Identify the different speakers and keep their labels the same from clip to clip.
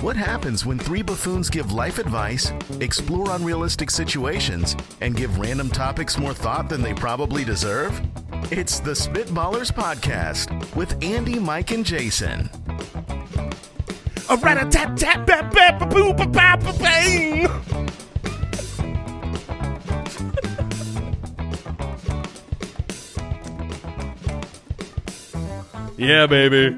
Speaker 1: What happens when three buffoons give life advice, explore unrealistic situations, and give random topics more thought than they probably deserve? It's the Spitballers Podcast with Andy, Mike, and Jason.
Speaker 2: A rat a tat tat ba ba ba boo ba ba ba bang. Yeah, baby.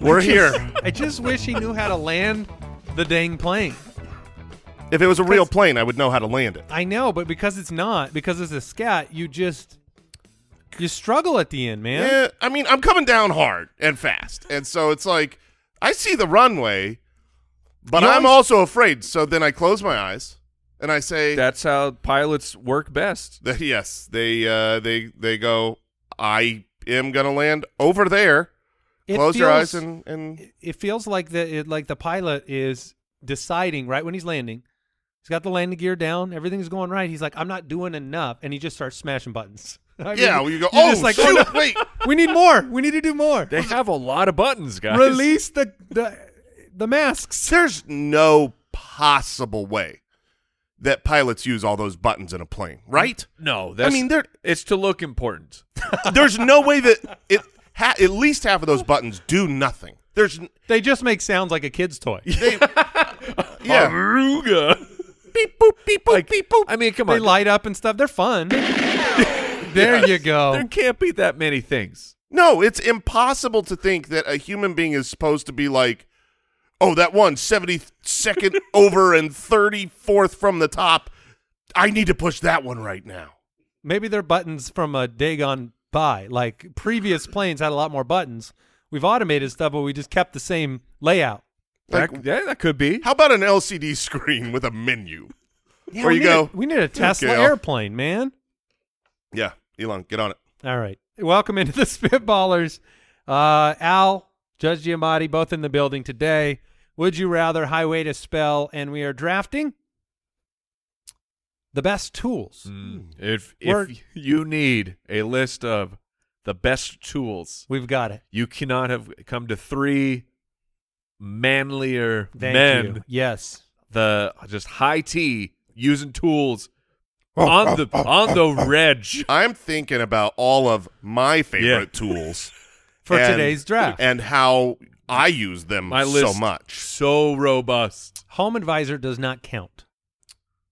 Speaker 2: We're here.
Speaker 3: I just wish he knew how to land the dang plane.
Speaker 2: If it was a real plane, I would know how to land it.
Speaker 3: I know, but because it's not, because it's a scat, you just you struggle at the end, man.
Speaker 2: Yeah, I mean, I'm coming down hard and fast, and so it's like I see the runway, but
Speaker 4: You
Speaker 2: I'm
Speaker 4: always-
Speaker 2: also afraid. So then I close my eyes and I say,
Speaker 4: That's how pilots work best.
Speaker 2: that- "Yes, they uh, they they go. I am gonna land over there.
Speaker 3: It
Speaker 2: close your eyes
Speaker 3: feels-
Speaker 2: and and
Speaker 3: it feels like the it, like the pilot is deciding right when he's landing. He's got the landing gear down, everything's going right. He's like, I'm not doing enough, and he just starts smashing buttons. I
Speaker 2: yeah.
Speaker 3: mean,
Speaker 2: Well, you go.
Speaker 3: you're
Speaker 2: Oh,
Speaker 3: just like,
Speaker 2: shoot,
Speaker 3: oh, no,
Speaker 2: wait.
Speaker 3: we need more. We need to do more.
Speaker 4: They have a lot of buttons, guys.
Speaker 3: Release the the the masks.
Speaker 2: There's no possible way that pilots use all those buttons in a plane, right?
Speaker 4: No, that's,
Speaker 2: I mean, they're-
Speaker 4: it's to look important.
Speaker 2: There's no way that it ha- at least half of those buttons do nothing. There's n-
Speaker 3: They just make sounds like a kid's toy.
Speaker 2: yeah.
Speaker 4: Aruga.
Speaker 2: Beep boop beep boop
Speaker 4: Like,
Speaker 2: beep boop.
Speaker 4: I mean, come
Speaker 3: They
Speaker 4: on.
Speaker 3: light up and stuff. They're fun. there you
Speaker 4: There
Speaker 3: go.
Speaker 4: can't be that many things.
Speaker 2: No, it's impossible to think that a human being is supposed to be like, oh, that one 72nd over and 34th from the top. I need to push that one right now.
Speaker 3: Maybe they're buttons from a day gone by. Like previous planes had a lot more buttons. We've automated stuff, but we just kept the same layout.
Speaker 2: Like-
Speaker 4: that, yeah, that could be.
Speaker 2: How about an LCD screen with a menu?
Speaker 3: Yeah,
Speaker 2: Where
Speaker 3: we
Speaker 2: you
Speaker 3: need
Speaker 2: go.
Speaker 3: A, we need a Tesla
Speaker 2: Gail.
Speaker 3: airplane, man.
Speaker 2: Yeah, Elon, get on it.
Speaker 3: All right. Welcome into the Spitballers. Uh, Al, Judge Giamatti, both in the building today. Would you rather highway to spell? And we are drafting the best tools.
Speaker 4: Mm, If,
Speaker 3: We're-
Speaker 4: if you need a list of the best tools,
Speaker 3: We've got it.
Speaker 4: you cannot have come to three manlier
Speaker 3: Thank
Speaker 4: men
Speaker 3: you. Yes.
Speaker 4: the just high T using tools on the on the reg.
Speaker 2: I'm thinking about all of my favorite
Speaker 4: Yeah.
Speaker 2: tools
Speaker 3: For
Speaker 2: and-
Speaker 3: today's draft.
Speaker 2: and how I use them
Speaker 4: My list
Speaker 2: so much.
Speaker 4: so robust.
Speaker 3: Home Advisor does not count.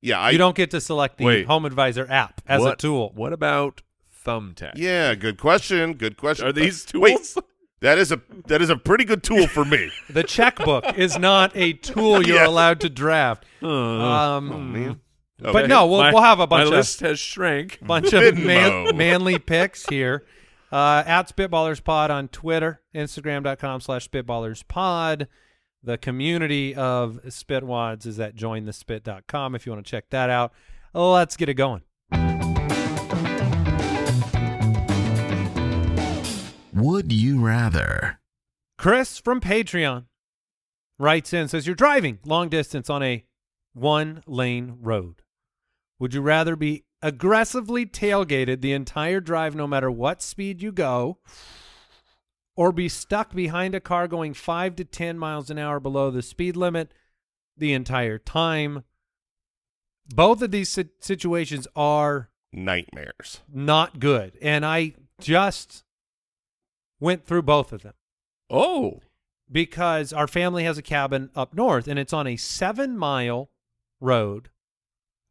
Speaker 2: Yeah, I
Speaker 3: you don't get to select the
Speaker 4: Wait.
Speaker 3: Home Advisor app as
Speaker 4: What-
Speaker 3: a tool.
Speaker 4: What about thumbtack?
Speaker 2: Yeah, good question. Good question.
Speaker 4: Are these
Speaker 2: But- wait,
Speaker 4: tools?
Speaker 2: that is a that is a pretty good tool for me.
Speaker 3: The checkbook is not a tool you're
Speaker 2: Yeah.
Speaker 3: allowed to draft.
Speaker 4: Uh,
Speaker 3: Um,
Speaker 2: Okay.
Speaker 3: But no, we'll,
Speaker 4: my-
Speaker 3: we'll have a bunch
Speaker 4: My
Speaker 3: of
Speaker 4: list has shrank.
Speaker 3: bunch of man,
Speaker 2: Venmo.
Speaker 3: manly picks here. Uh, at Spitballers Pod on Twitter, Instagram.com slash Spitballers Pod. The community of Spitwads is at jointhespit.com if you want to check that out. Let's get it going.
Speaker 1: Would you rather?
Speaker 3: Chris from Patreon writes in says, You're driving long distance on a one lane road. Would you rather be aggressively tailgated the entire drive, no matter what speed you go, or be stuck behind a car going five to 10 miles an hour below the speed limit the entire time? Both of these si- situations are
Speaker 2: Nightmares.
Speaker 3: not good. And I just went through both of them
Speaker 4: Oh,
Speaker 3: because our family has a cabin up north and it's on a seven mile road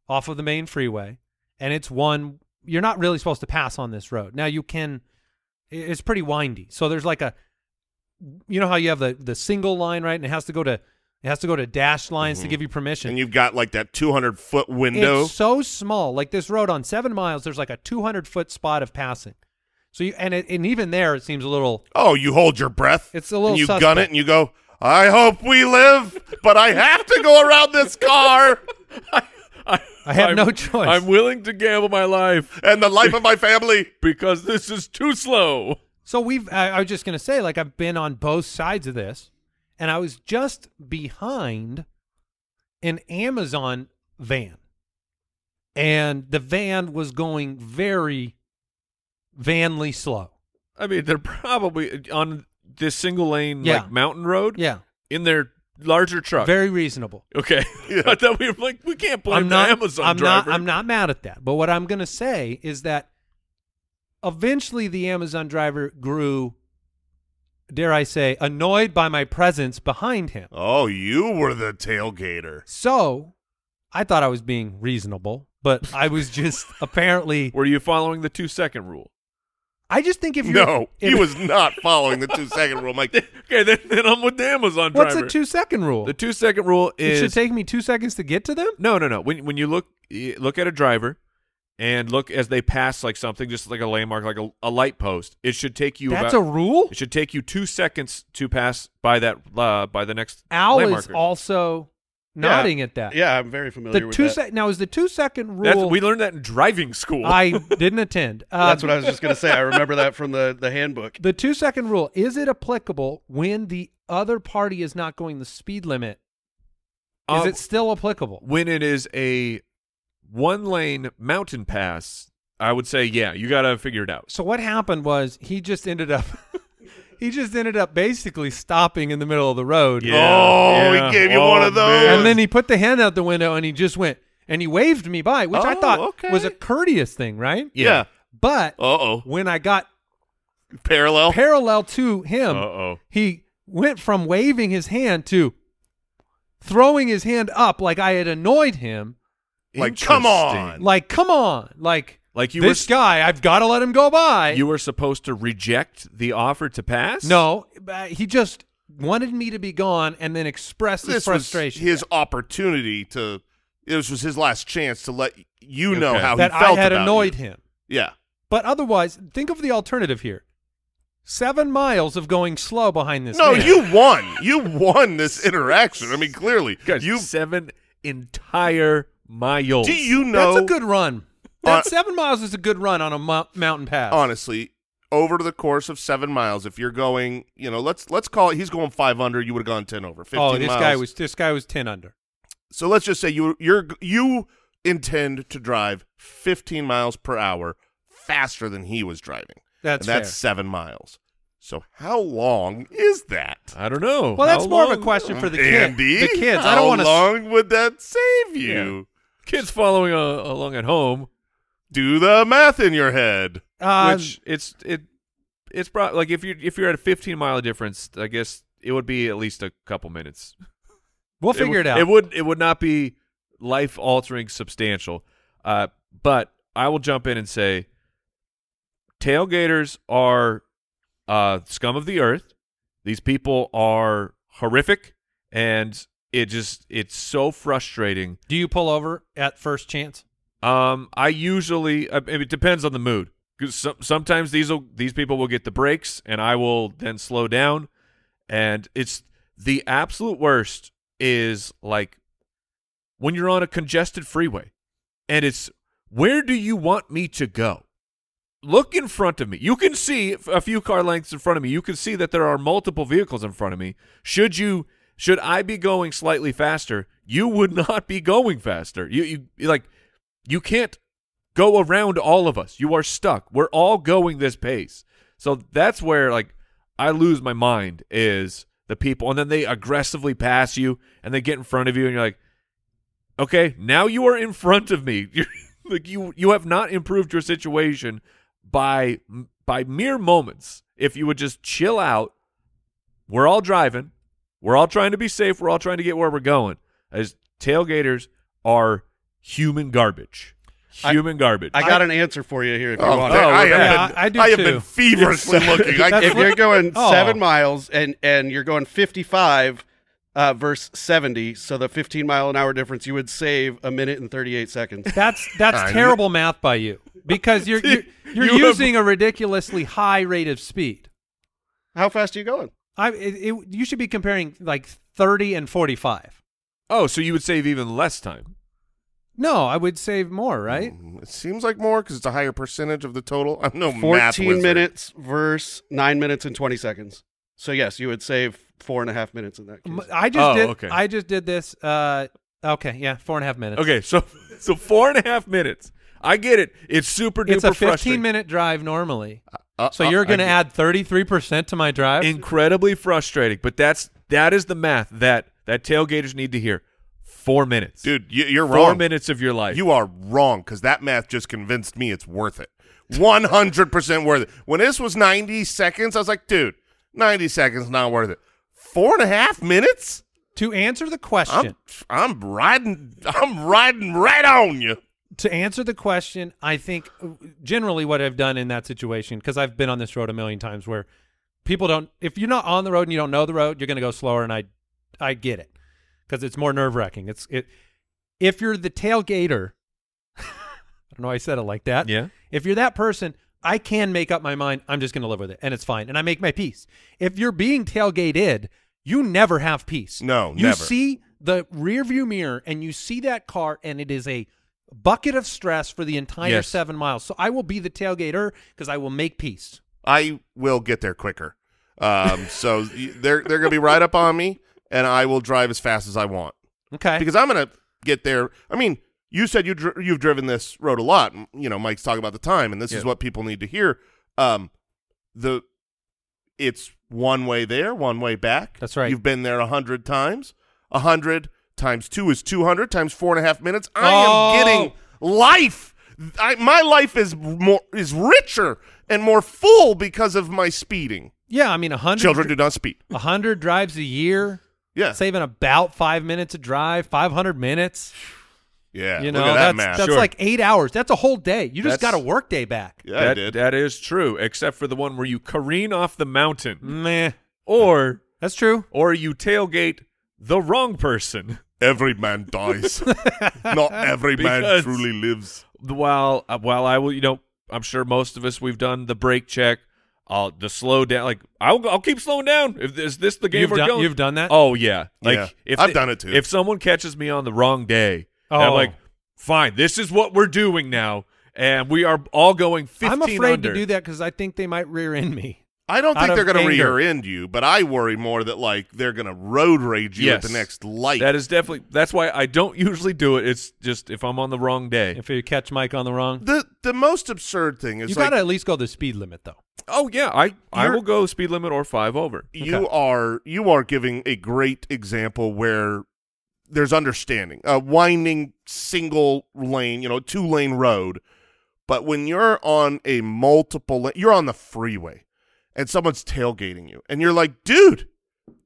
Speaker 3: off of the main freeway and it's one you're not really supposed to pass on this road now you can i- it's pretty windy so there's like a you know how you have the the single line right and it has to go to it has to go to dash lines to give you permission
Speaker 2: And you've got like that 200 foot window.
Speaker 3: it's so small. Like this road on seven miles, there's like a 200 foot spot of passing. So you and it, and even there, it seems a little.
Speaker 2: oh, you hold your breath.
Speaker 3: It's a little
Speaker 2: And you gun
Speaker 3: suspect.
Speaker 2: it and you go. I hope we live, but I have to go around this car
Speaker 4: I,
Speaker 3: I have
Speaker 4: I'm-
Speaker 3: no choice.
Speaker 4: I'm willing to gamble my life
Speaker 2: and the life of my family.
Speaker 4: because this is too slow.
Speaker 3: So we've. I, I was just gonna say, like I've been on both sides of this, and I was just behind an Amazon van, and the van was going very vanly slow.
Speaker 4: I mean, they're probably on this single lane
Speaker 3: Yeah.
Speaker 4: like mountain road
Speaker 3: Yeah.
Speaker 4: in their larger truck.
Speaker 3: Very reasonable.
Speaker 4: okay. I thought we were like we can't blame
Speaker 3: I'm not
Speaker 4: the Amazon
Speaker 3: I'm
Speaker 4: driver.
Speaker 3: not I'm not mad at that. But what I'm going to say is that eventually the Amazon driver grew dare I say annoyed by my presence behind him.
Speaker 2: Oh, you were the tailgater.
Speaker 3: So, I thought I was being reasonable, but I was just apparently
Speaker 4: Were you following the two second rule?
Speaker 3: I just think if you
Speaker 2: No, he was not following the two second rule. Mike,
Speaker 4: Okay, then, then I'm with the Amazon driver.
Speaker 3: What's the 2 second rule?
Speaker 4: The two second rule
Speaker 3: it
Speaker 4: is
Speaker 3: should take me 2 seconds to get to them?
Speaker 4: No, no, no. When when you look you look at a driver and look as they pass like something, just like a landmark, like a, a light post, it should take you
Speaker 3: That's a
Speaker 4: about
Speaker 3: rule?
Speaker 4: it should take you two seconds to pass by that uh, by the next
Speaker 3: Al is
Speaker 4: landmarker.
Speaker 3: also nodding at that.
Speaker 5: Yeah, I'm very familiar
Speaker 3: The
Speaker 5: with
Speaker 3: two
Speaker 5: that.
Speaker 3: sec- now is the 2 second rule
Speaker 4: That's, we learned that in driving school.
Speaker 3: I didn't attend. Um,
Speaker 5: That's what I was just going to say. I remember that from the, the handbook.
Speaker 3: The two second rule is it applicable when the other party is not going the speed limit? Is
Speaker 4: Um,
Speaker 3: it still applicable?
Speaker 4: when it is a one lane mountain pass, I would say yeah, you got to figure it out.
Speaker 3: So what happened was he just ended up he just ended up basically stopping in the middle of the road.
Speaker 2: Oh, he gave you
Speaker 4: one
Speaker 2: one of those.
Speaker 3: And then he put the hand out the window and he just went and he waved me by, which I
Speaker 4: Oh,
Speaker 3: thought
Speaker 4: okay.
Speaker 3: was a courteous thing, right?
Speaker 4: yeah.
Speaker 3: But
Speaker 2: uh oh,
Speaker 3: when I got
Speaker 2: parallel.
Speaker 3: parallel to him,
Speaker 4: Uh-oh.
Speaker 3: he went from waving his hand to throwing his hand up like I had annoyed him.
Speaker 2: Like, come
Speaker 4: Interesting.
Speaker 2: on.
Speaker 3: Like, come on. Like,
Speaker 4: Like you were
Speaker 3: this guy, I've got to let him go by.
Speaker 4: You were supposed to reject the offer to pass?
Speaker 3: no, uh, he just wanted me to be gone and then expressed his
Speaker 2: this
Speaker 3: frustration.
Speaker 2: was his opportunity to. This was his last chance to let you know
Speaker 4: Okay.
Speaker 2: how
Speaker 3: that
Speaker 2: he felt
Speaker 3: I had
Speaker 2: about
Speaker 3: annoyed
Speaker 2: you.
Speaker 3: him.
Speaker 2: Yeah,
Speaker 3: But otherwise, think of the alternative here. Seven miles of going slow behind this.
Speaker 2: no,
Speaker 3: man.
Speaker 2: you won. You won this interaction. I mean, clearly,
Speaker 4: Guys,
Speaker 2: you.
Speaker 4: seven entire miles.
Speaker 2: Do you know?
Speaker 3: That's a good run. That
Speaker 2: Uh,
Speaker 3: seven miles is a good run on a mo- mountain pass.
Speaker 2: honestly over the course of seven miles if you're going you know let's let's call it he's going five under you would have gone 10 over 15
Speaker 3: oh, this
Speaker 2: miles.
Speaker 3: guy was this guy was ten under.
Speaker 2: so let's just say you you're you intend to drive 15 miles per hour faster than he was driving
Speaker 3: That's
Speaker 2: and that's
Speaker 3: fair.
Speaker 2: seven miles so how long is that
Speaker 4: I don't know.
Speaker 3: Well, that's
Speaker 4: How
Speaker 3: more of a
Speaker 4: long-
Speaker 3: question for the kid.
Speaker 2: andy
Speaker 3: The kids.
Speaker 2: how
Speaker 3: I don't want to.
Speaker 2: long would that save you
Speaker 4: Kids following uh, along at home,
Speaker 2: do the math in your head
Speaker 3: Uh,
Speaker 4: which it's it it's probably like if you if you're at a 15 mile difference, I guess it would be at least a couple minutes.
Speaker 3: we'll figure it
Speaker 4: would-
Speaker 3: out.
Speaker 4: It would it would not be life altering substantial. Uh, but I will jump in and say tailgaters are uh, scum of the earth. These people are horrific and it just it's so frustrating.
Speaker 3: Do you pull over at first chance?
Speaker 4: Um, I usually I mean, it depends on the mood. 'Cause Some, sometimes these will these people will get the brakes, and I will then slow down. And it's the absolute worst is like when you're on a congested freeway, and it's where do you want me to go? Look in front of me. You can see f- a few car lengths in front of me. You can see that there are multiple vehicles in front of me. Should you should I be going slightly faster? You would not be going faster. You you like you can't go around all of us. You are stuck. We're all going this pace. So that's where like I lose my mind is the people and then they aggressively pass you and they get in front of you and you're like okay, now you are in front of me. You're, like you you have not improved your situation by by mere moments. If you would just chill out. We're all driving. We're all trying to be safe. We're all trying to get where we're going. As tailgaters are human garbage.
Speaker 5: I-
Speaker 4: Human garbage.
Speaker 5: I Oh, got an answer for you here if you
Speaker 2: thank-
Speaker 5: want. it.
Speaker 2: Oh, I, have
Speaker 3: back.
Speaker 2: been,
Speaker 3: Yeah, I do
Speaker 2: have
Speaker 3: too.
Speaker 2: been feverishly looking. I
Speaker 5: if you're going
Speaker 3: Oh.
Speaker 5: seven miles and and you're going 55 uh, versus 70, so the 15 mile an hour difference, you would save a minute and 38 seconds.
Speaker 3: That's that's terrible math by you because you're you're, you're
Speaker 4: You have-
Speaker 3: using a ridiculously high rate of speed.
Speaker 5: How fast are you going?
Speaker 3: I it, it, you should be comparing like thirty and forty five.
Speaker 4: oh, so you would save even less time.
Speaker 3: No, I would save more, right?
Speaker 2: It seems like more because it's a higher percentage of the total. I'm no math
Speaker 5: 14
Speaker 2: wizard.
Speaker 5: minutes versus nine minutes and 20 seconds. So yes, you would save four and a half minutes in that case.
Speaker 3: M- I just
Speaker 4: Oh,
Speaker 3: did.
Speaker 4: okay.
Speaker 3: I just did this. Uh, okay, yeah, four and a half minutes.
Speaker 4: Okay, so so four and a half minutes. I get it. It's super duper
Speaker 3: it's a
Speaker 4: frustrating.
Speaker 3: fifteen minute drive normally.
Speaker 2: Uh,
Speaker 3: So
Speaker 2: uh,
Speaker 3: you're going to
Speaker 2: I-
Speaker 3: add thirty three percent to my drive?
Speaker 4: incredibly frustrating. But that's that is the math that that tailgaters need to hear four minutes.
Speaker 2: Dude, you, you're
Speaker 4: four
Speaker 2: wrong.
Speaker 4: minutes of your life.
Speaker 2: You are wrong because that math just convinced me it's worth it. 100% worth it. When this was 90 seconds, I was like, dude, 90 seconds not worth it. Four and a half minutes?
Speaker 3: To answer the question,
Speaker 2: I'm, I'm riding I'm riding right on you.
Speaker 3: to answer the question, I think uh, generally what I've done in that situation, because I've been on this road a million times where people don't, if you're not on the road and you don't know the road, you're going to go slower. And I, I get it because it's more nerve wracking. It's, it, if you're the tailgater, I don't know why I said it like that.
Speaker 4: Yeah.
Speaker 3: If you're that person, I can make up my mind. I'm just going to live with it and it's fine. And I make my peace. If you're being tailgated, you never have peace.
Speaker 2: No,
Speaker 3: you
Speaker 2: never.
Speaker 3: see the rear view mirror and you see that car and it is a bucket of stress for the entire
Speaker 4: Yes.
Speaker 3: seven miles. So I will be the tailgater because I will make peace.
Speaker 2: I will get there quicker. Um, so y- they're they're gonna be right up on me, and I will drive as fast as I want
Speaker 3: Okay.
Speaker 2: because I'm gonna get there. I mean, you said you dri- you've driven this road a lot. and, You know, Mike's talking about the time, and this is
Speaker 4: Yeah.
Speaker 2: what people need to hear. Um, the it's one way there, one way back.
Speaker 3: That's right.
Speaker 2: You've been there a hundred times. A hundred times two is two hundred times four and a half minutes. I
Speaker 3: Oh.
Speaker 2: am getting life. I, my life is more is richer and more full because of my speeding.
Speaker 3: yeah, I mean, a 100,
Speaker 2: Children do not speed.
Speaker 3: a 100 drives a year,
Speaker 2: Yeah,
Speaker 3: saving about five minutes a drive, 500 minutes.
Speaker 2: yeah.
Speaker 3: you
Speaker 2: Look
Speaker 3: know,
Speaker 2: at that
Speaker 3: that's,
Speaker 2: math.
Speaker 3: that's
Speaker 4: Sure.
Speaker 3: like eight hours. That's a whole day. You just
Speaker 4: That's-
Speaker 3: got a work day back.
Speaker 2: yeah, I
Speaker 4: that,
Speaker 2: did.
Speaker 4: that is true, except for the one where you careen off the mountain
Speaker 3: Meh.
Speaker 4: or
Speaker 3: That's true.
Speaker 4: or you tailgate the wrong person.
Speaker 2: every man dies. not every man
Speaker 4: Because-
Speaker 2: truly lives.
Speaker 4: while uh, while I will, you know, I'm sure most of us we've done the brake check, uh, the slow down. Like I'll I'll keep slowing down. If is this the game
Speaker 3: You've
Speaker 4: we're
Speaker 3: done-
Speaker 4: going?
Speaker 3: you've done that?
Speaker 4: Oh yeah, like
Speaker 2: Yeah.
Speaker 4: if
Speaker 2: I've
Speaker 4: the-
Speaker 2: done it too.
Speaker 4: If someone catches me on the wrong day, and I'm
Speaker 3: Oh.
Speaker 4: like, fine, this is what we're doing now, and we are all going 15
Speaker 3: I'm afraid
Speaker 4: under.
Speaker 3: to do that because I think they might rear end me.
Speaker 2: I don't
Speaker 3: Out
Speaker 2: think
Speaker 3: of
Speaker 2: they're going to
Speaker 3: anger.
Speaker 2: rear end you, but I worry more that like they're going to road rage you at
Speaker 4: Yes.
Speaker 2: the next light.
Speaker 4: That is definitely that's why I don't usually do it. It's just if I'm on the wrong day.
Speaker 3: If you catch Mike on the wrong,
Speaker 2: the the most absurd thing is
Speaker 3: you
Speaker 2: like
Speaker 3: got to at least go the speed limit though.
Speaker 4: oh yeah, I I
Speaker 2: You're-
Speaker 4: will go speed limit or five over.
Speaker 2: you are you are giving a great example where there's understanding a winding single lane you know two lane road but when you're on a multiple la- you're on the freeway and someone's tailgating you and you're like dude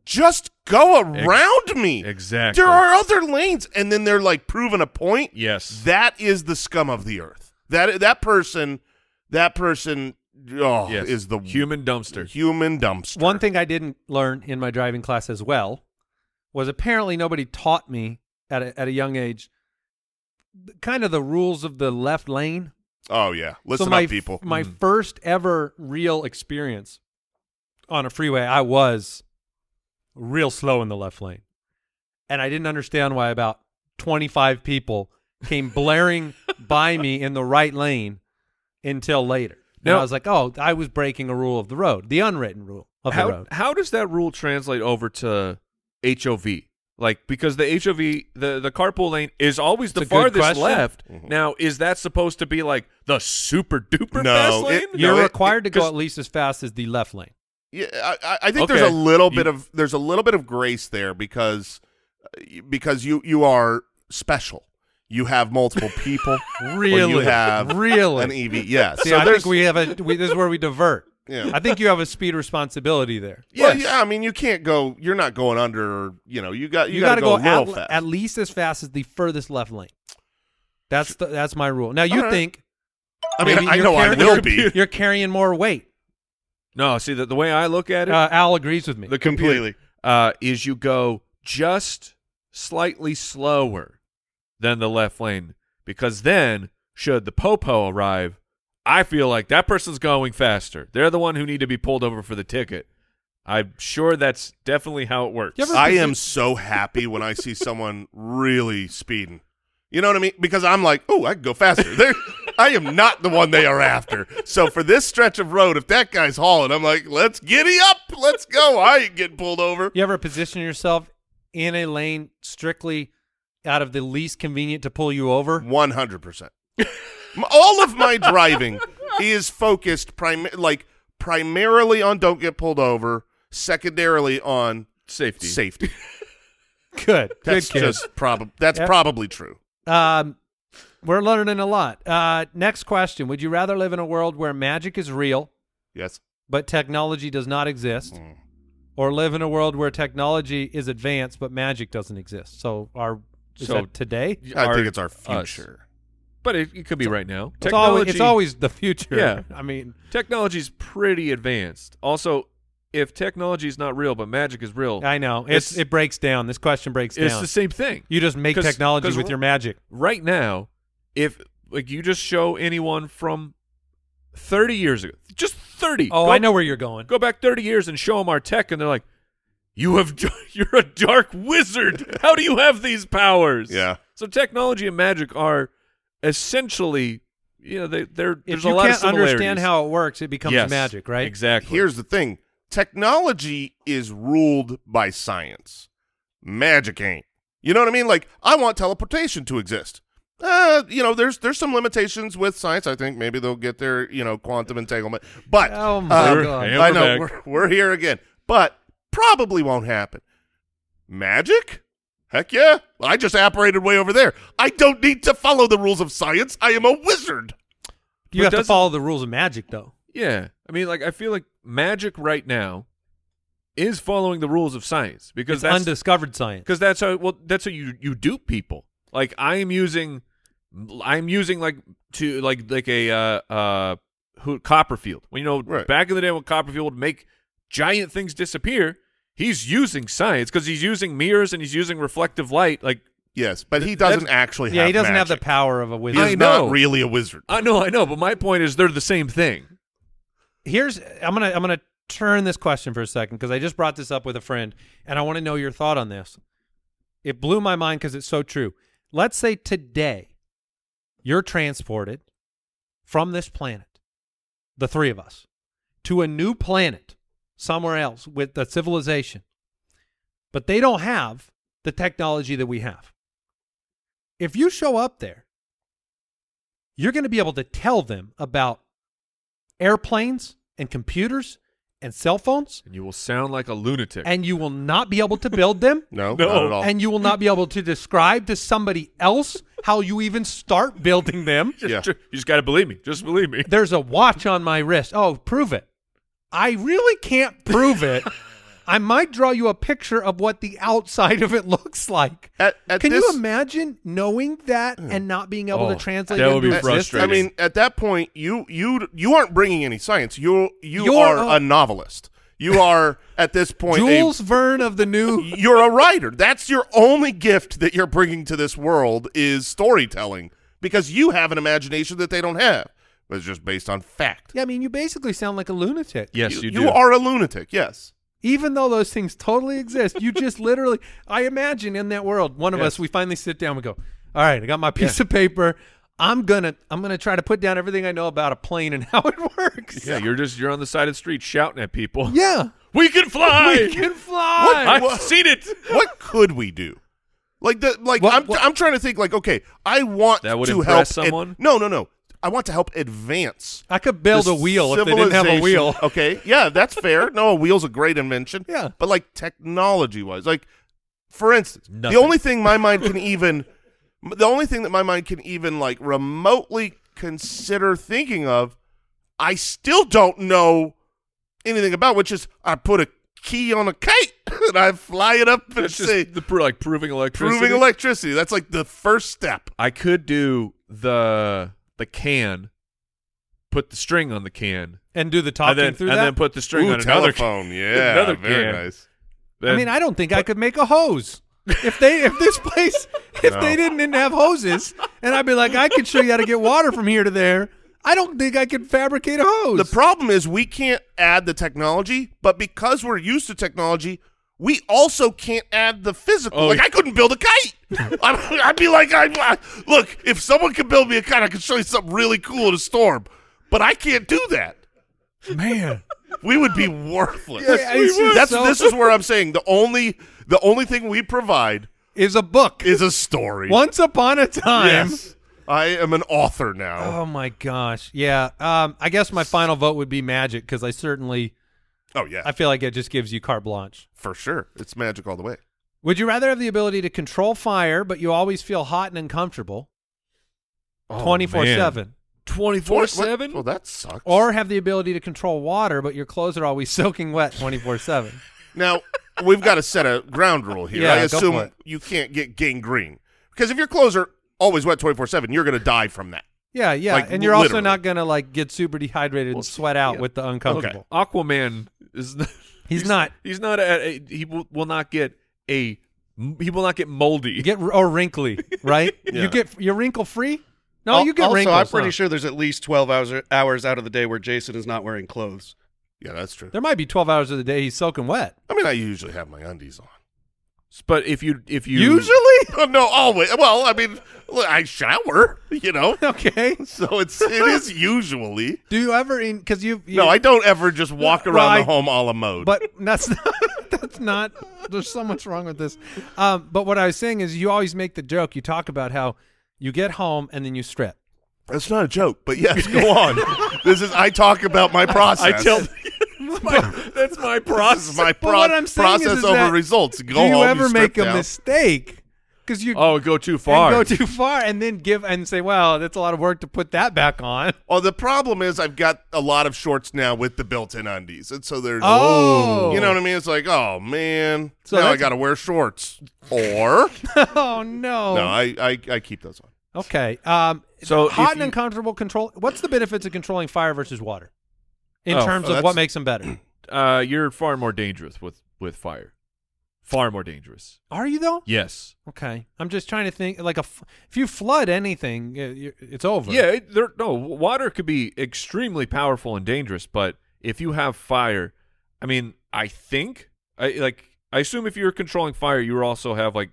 Speaker 2: just go around me
Speaker 4: Exactly.
Speaker 2: there are other lanes and then they're like proving a point
Speaker 4: yes.
Speaker 2: that is the scum of the earth that that person that person oh,
Speaker 4: yes.
Speaker 2: is the
Speaker 4: human dumpster?
Speaker 2: human dumpster
Speaker 3: One thing I didn't learn in my driving class as well was apparently nobody taught me at a, at a young age th- kind of the rules of the left lane.
Speaker 2: Oh yeah, listen
Speaker 3: so my,
Speaker 2: up, people. Mm-hmm. Mm.
Speaker 3: My first ever real experience on a freeway, I was real slow in the left lane. And I didn't understand why about 25 people came blaring by me in the right lane until later. and
Speaker 4: Now-
Speaker 3: I was like, oh, I was breaking a rule of the road, the unwritten rule of
Speaker 4: how,
Speaker 3: the road.
Speaker 4: How does that rule translate over to HOV? Like because the HOV the the carpool lane is always the
Speaker 3: It's a good
Speaker 4: farthest
Speaker 3: question.
Speaker 4: left.
Speaker 2: Mm-hmm.
Speaker 4: Now is that supposed to be like the super duper
Speaker 2: No,
Speaker 4: fast lane?
Speaker 2: it-
Speaker 3: You're
Speaker 2: No,
Speaker 3: required to go
Speaker 4: 'cause-
Speaker 3: at least as fast as the left lane.
Speaker 2: Yeah, I- I, I think there's
Speaker 4: Okay.
Speaker 2: a little
Speaker 4: You-
Speaker 2: bit of there's a little bit of grace there because uh, because you you are special. You have multiple people. or you have
Speaker 3: really.
Speaker 2: an EV. Yeah.
Speaker 3: See,
Speaker 2: so
Speaker 3: I
Speaker 2: there's
Speaker 3: think we have a. We, this is where we divert.
Speaker 2: Yeah.
Speaker 3: I think you have a speed responsibility there.
Speaker 2: well,
Speaker 4: Yes.
Speaker 2: yeah. I mean, you can't go. You're not going under. You know, you got you,
Speaker 3: You, got
Speaker 2: got
Speaker 3: to
Speaker 2: go,
Speaker 3: go,
Speaker 2: a little
Speaker 3: at,
Speaker 2: fast.
Speaker 3: at least as fast as the furthest left lane. That's the, that's my rule. Now you
Speaker 2: All right.
Speaker 3: think
Speaker 2: I mean,
Speaker 3: maybe
Speaker 2: I
Speaker 3: you're
Speaker 2: know I
Speaker 3: carrying-
Speaker 2: will be.
Speaker 3: you're carrying more weight.
Speaker 4: No, see the, the way I look at it,
Speaker 3: Uh, Al agrees with me.
Speaker 4: the computer,
Speaker 5: Completely.
Speaker 4: uh, is you go just slightly slower than the left lane because then should the popo arrive, I feel like that person's going faster. They're the one who need to be pulled over for the ticket. I'm sure that's definitely how it works.
Speaker 3: You ever-
Speaker 2: I am so happy when I see someone really speeding. You know what I mean? Because I'm like, oh, I can go faster. They're, I am not the one they are after. So for this stretch of road, if that guy's hauling, I'm like, let's giddy up, let's go. I ain't getting pulled over.
Speaker 3: You ever position yourself in a lane strictly out of the least convenient to pull you over?
Speaker 2: One hundred percent. All of my driving is focused prime like primarily on don't get pulled over, secondarily on
Speaker 4: Safety.
Speaker 2: safety.
Speaker 3: Good.
Speaker 2: That's
Speaker 3: Good kid.
Speaker 2: just probably that's
Speaker 3: Yeah.
Speaker 2: probably true.
Speaker 3: Um, we're learning a lot. Uh, next question: Would you rather live in a world where magic is real
Speaker 2: Yes.
Speaker 3: but technology does not exist,
Speaker 2: Mm.
Speaker 3: or live in a world where technology is advanced but magic doesn't exist? So, are is
Speaker 4: So-
Speaker 3: that today?
Speaker 2: I
Speaker 4: Our-
Speaker 2: think it's our
Speaker 4: us.
Speaker 2: future.
Speaker 4: But it, it could be right now.
Speaker 3: It's always, it's always the future.
Speaker 4: Yeah.
Speaker 3: I mean,
Speaker 4: technology's pretty advanced. Also, if technology is not real but magic is real,
Speaker 3: I know it's,
Speaker 4: It's-
Speaker 3: it breaks down. This question breaks
Speaker 4: it's
Speaker 3: down.
Speaker 4: the same thing.
Speaker 3: you just make
Speaker 4: 'cause-
Speaker 3: technology
Speaker 4: 'cause
Speaker 3: with
Speaker 4: we're-
Speaker 3: your magic.
Speaker 4: right now, if like you just show anyone from 30 years ago, just 30.
Speaker 3: Oh,
Speaker 4: go-
Speaker 3: I know where you're going.
Speaker 4: Go back 30 years and show them our tech, and they're like, "You have, d- you're a dark wizard. How do you have these powers?"
Speaker 2: Yeah.
Speaker 4: So technology and magic are essentially, you know, they, they're
Speaker 3: If
Speaker 4: there's
Speaker 3: you
Speaker 4: a lot
Speaker 3: can't
Speaker 4: of similarities.
Speaker 3: understand how it works, it becomes
Speaker 4: Yes,
Speaker 3: magic, right?
Speaker 4: Exactly.
Speaker 2: Here's the thing. Technology is ruled by science. Magic ain't. You know what I mean? Like I want teleportation to exist. Uh, you know, there's there's some limitations with science. I think maybe they'll get their, you know, quantum entanglement. But
Speaker 3: Oh my
Speaker 2: um,
Speaker 3: God.
Speaker 4: And
Speaker 2: I
Speaker 4: we're
Speaker 2: know
Speaker 4: back.
Speaker 2: we're, we're here again, but probably won't happen. Magic? Heck yeah! I just apparated way over there. I don't need to follow the rules of science. I am a wizard.
Speaker 3: You
Speaker 4: But
Speaker 3: have to
Speaker 4: doesn't-
Speaker 3: follow the rules of magic, though.
Speaker 4: Yeah. I mean, like, I feel like magic right now is following the rules of science because
Speaker 3: It's
Speaker 4: that's
Speaker 3: undiscovered science.
Speaker 4: because that's how well that's how you you dupe people. Like, I am using, I'm using like to like like a uh uh who Copperfield. Well, you know,
Speaker 2: Right.
Speaker 4: back in the day when Copperfield would make giant things disappear, he's using science because he's using mirrors and he's using reflective light. Like,
Speaker 2: Yes, but he
Speaker 4: Th- that's-
Speaker 2: doesn't actually.
Speaker 3: Yeah,
Speaker 2: have
Speaker 3: he doesn't have the
Speaker 2: magic.
Speaker 3: power of a
Speaker 2: He
Speaker 3: wizard.
Speaker 4: I
Speaker 2: is
Speaker 4: know.
Speaker 2: not really a wizard.
Speaker 4: I know, I know, but my point is they're the same thing.
Speaker 3: here's I'm gonna I'm gonna turn this question for a second because I just brought this up with a friend and I want to know your thought on this. It blew my mind because it's so true. Let's say today you're transported from this planet, the three of us, to a new planet somewhere else with a civilization, but they don't have the technology that we have. If you show up there, you're going to be able to tell them about airplanes and computers and cell phones,
Speaker 4: And you will sound like a lunatic.
Speaker 3: and you will not be able to build them.
Speaker 2: No,
Speaker 4: No.
Speaker 2: not at all.
Speaker 3: And you will not be able to describe to somebody else how you even start building them.
Speaker 2: Yeah.
Speaker 4: Ju- You just got to believe me. Just believe me.
Speaker 3: There's a watch on my wrist. Oh, prove it. I really can't prove it. I might draw you a picture of what the outside of it looks like.
Speaker 2: At- at
Speaker 3: Can
Speaker 2: this-
Speaker 3: you imagine knowing that and not being able
Speaker 4: Oh,
Speaker 3: to translate
Speaker 4: that
Speaker 3: it
Speaker 4: would be
Speaker 3: into
Speaker 2: At-
Speaker 3: existence?
Speaker 2: I
Speaker 4: frustrating.
Speaker 2: mean, at that point, you you you aren't bringing any science. You you
Speaker 3: You're
Speaker 2: are
Speaker 3: a-
Speaker 2: a novelist. You are at this point a-
Speaker 3: Jules Verne of the new
Speaker 2: you're a writer. That's your only gift that you're bringing to this world is storytelling because you have an imagination that they don't have. But it's just based on fact.
Speaker 3: Yeah, I mean you basically sound like a lunatic.
Speaker 4: Yes, you, do.
Speaker 2: are a lunatic. Yes.
Speaker 3: even though those things totally exist, you just literally, I imagine in that world, one of
Speaker 4: Yes.
Speaker 3: us, we finally sit down, we go, all right, I got my piece of paper. I'm gonna, I'm gonna try to put down everything I know about a plane and how it works.
Speaker 4: Yeah, you're just you're on the side of the street shouting at people.
Speaker 3: Yeah.
Speaker 4: We can fly.
Speaker 3: we can fly.
Speaker 4: I've seen it.
Speaker 2: What could we do? Like the like
Speaker 3: What-
Speaker 2: I'm
Speaker 3: what-
Speaker 2: I'm trying to think like okay, I want
Speaker 4: That would
Speaker 2: to
Speaker 4: impress
Speaker 2: help ad-
Speaker 4: someone?
Speaker 2: no, no, no. I want to help advance
Speaker 3: I could build
Speaker 2: the
Speaker 3: a wheel if they didn't have a
Speaker 2: civilization-
Speaker 3: wheel.
Speaker 2: Okay, yeah, that's fair. No, a wheel's a great invention.
Speaker 3: Yeah.
Speaker 2: but like technology wise, like for instance,
Speaker 4: Nothing.
Speaker 2: the only thing my mind can even, the only thing that my mind can even like remotely consider thinking of, I still don't know anything about. Which is, I put a key on a kite and I fly it up and
Speaker 4: It's just
Speaker 2: say
Speaker 4: the pr- like proving electricity.
Speaker 2: proving electricity. That's like the first step.
Speaker 4: I could do the the can, put the string on the can,
Speaker 3: and do the talking
Speaker 4: and then
Speaker 3: through
Speaker 4: and
Speaker 3: that.
Speaker 4: then put the string
Speaker 2: Ooh,
Speaker 4: on another can.
Speaker 2: telephone. Yeah,
Speaker 4: Another
Speaker 2: very
Speaker 4: can.
Speaker 2: nice.
Speaker 3: I mean, I don't think I could make a hose. If they, if this place, if
Speaker 2: No.
Speaker 3: they didn't, didn't have hoses, and I'd be like, I could show you how to get water from here to there. I don't think I could fabricate a hose.
Speaker 2: The problem is we can't add the technology, but because we're used to technology, we also can't add the physical.
Speaker 4: Oh,
Speaker 2: like
Speaker 4: yeah.
Speaker 2: I couldn't build a kite. I'd, I'd be like, I, I- look, if someone could build me a kite, I could show you something really cool in a storm. But I can't do that.
Speaker 3: man.
Speaker 2: We would be worthless.
Speaker 3: Yes, Yeah, we it's would.
Speaker 2: That's
Speaker 3: so-
Speaker 2: this is where I'm saying the only the only thing we provide
Speaker 3: is a book.
Speaker 2: is a story.
Speaker 3: Once upon a time.
Speaker 2: Yes. I am an author now.
Speaker 3: Oh my gosh. Yeah. Um, I guess my final vote would be magic because I certainly
Speaker 2: oh yeah,
Speaker 3: I feel like it just gives you carte blanche.
Speaker 2: for sure. It's magic all the way.
Speaker 3: Would you rather have the ability to control fire, but you always feel hot and uncomfortable,
Speaker 2: Oh,
Speaker 3: twenty four seven,
Speaker 4: Twenty four seven.
Speaker 2: Well, that sucks.
Speaker 3: or have the ability to control water, but your clothes are always soaking wet twenty four seven?
Speaker 2: Now, we've got to set a ground rule here.
Speaker 3: Yeah,
Speaker 2: I
Speaker 3: go for
Speaker 2: assume
Speaker 3: it.
Speaker 2: you can't get gangrene. Because if your clothes are always wet 24 7, you're going to die from that.
Speaker 3: Yeah, yeah,
Speaker 2: Like,
Speaker 3: and you're also
Speaker 2: literally.
Speaker 3: not gonna like get super dehydrated and sweat out with the uncomfortable.
Speaker 4: Aquaman is. Not,
Speaker 3: He's not.
Speaker 4: He's not. At a, he will, will not get a. He will not get moldy.
Speaker 3: You get or wrinkly, right? You get you're wrinkle free. No,
Speaker 5: Al-
Speaker 3: Oh, you get
Speaker 5: also,
Speaker 3: wrinkles.
Speaker 5: I'm pretty
Speaker 3: huh?
Speaker 5: sure there's at least 12 hours hours out of the day where Jason is not wearing clothes.
Speaker 2: Yeah, that's true.
Speaker 3: there might be 12 hours of the day he's soaking wet.
Speaker 2: I mean, I usually have my undies on.
Speaker 4: but if you if you
Speaker 3: Usually,
Speaker 2: Oh, no, always. Well, I mean, look, I shower, you know?
Speaker 3: okay.
Speaker 2: So it's it is usually.
Speaker 3: Do you ever in because you, you
Speaker 2: No, I don't ever just walk around
Speaker 3: Well, I-
Speaker 2: the home a la mode.
Speaker 3: But that's not, that's not. There's so much wrong with this. Um, but what I was saying is, you always make the joke. You talk about how you get home and then you strip.
Speaker 2: that's not a joke. But yes, go on. this is I talk about my process.
Speaker 4: I tell. that's my- that's my
Speaker 2: this is
Speaker 4: process.
Speaker 2: my
Speaker 3: But
Speaker 2: pro-
Speaker 3: what I'm saying is-
Speaker 2: process
Speaker 3: is
Speaker 2: over
Speaker 3: that-
Speaker 2: results. Go
Speaker 3: Do you
Speaker 2: home,
Speaker 3: ever
Speaker 2: strip
Speaker 3: make a
Speaker 2: down.
Speaker 3: mistake? Because you
Speaker 4: Oh, go too
Speaker 3: and
Speaker 4: far.
Speaker 3: go too far and then give and say, "Well, that's a lot of work to put that back on."
Speaker 2: Oh, the problem is I've got a lot of shorts now with the built-in undies, and so there's
Speaker 3: Oh.
Speaker 2: you know what I mean. It's like, oh man,
Speaker 3: So
Speaker 2: now I
Speaker 3: that's-
Speaker 2: got to wear shorts, or
Speaker 3: oh no.
Speaker 2: no, I, I I keep those on.
Speaker 3: Okay. Um,
Speaker 4: So
Speaker 3: so
Speaker 4: if
Speaker 3: hot and
Speaker 4: you-
Speaker 3: uncomfortable control. What's the benefits of controlling fire versus water in
Speaker 4: Oh,
Speaker 3: terms
Speaker 2: oh,
Speaker 3: of what
Speaker 2: that's-
Speaker 3: makes them better?
Speaker 4: uh, you're far more dangerous with with fire. Far more dangerous.
Speaker 3: Are you though?
Speaker 4: Yes.
Speaker 3: Okay. I'm just trying to think. Like a, f- if you flood anything, uh, you- it's over.
Speaker 4: Yeah. It, there, no, water could be extremely powerful and dangerous, but if you have fire, I mean, I think, I like, I assume if you're controlling fire, you also have like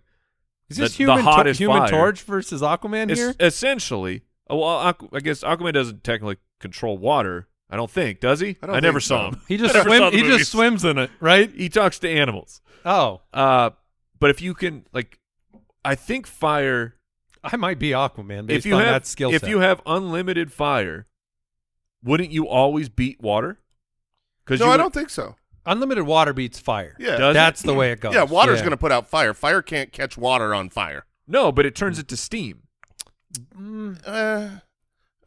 Speaker 3: Is this
Speaker 4: The- the
Speaker 3: human, to-
Speaker 4: hottest
Speaker 3: human
Speaker 4: fire.
Speaker 3: torch versus Aquaman
Speaker 4: es-
Speaker 3: here?
Speaker 4: essentially. oh, Well, Aqu- I guess Aquaman doesn't technically control water. I don't think, does he?
Speaker 2: I don't
Speaker 4: never
Speaker 2: think
Speaker 4: saw
Speaker 2: so.
Speaker 4: him.
Speaker 3: He just
Speaker 4: I never saw
Speaker 3: swim,
Speaker 4: the
Speaker 3: He
Speaker 4: movies.
Speaker 3: just swims in it, right?
Speaker 4: He talks to animals.
Speaker 3: Oh,
Speaker 4: Uh, but if you can, like, I think fire.
Speaker 3: I might be Aquaman based
Speaker 4: if you
Speaker 3: on
Speaker 4: have
Speaker 3: that skill
Speaker 4: if
Speaker 3: set.
Speaker 4: you have unlimited fire, wouldn't you always beat water? Because
Speaker 2: No, I don't think so.
Speaker 3: Unlimited water beats fire.
Speaker 2: Yeah,
Speaker 4: Does-
Speaker 3: That's the way it goes.
Speaker 2: yeah, water's gonna put out fire. Fire can't catch water on fire.
Speaker 4: No, but it turns it to steam.
Speaker 3: Mm,
Speaker 2: Uh,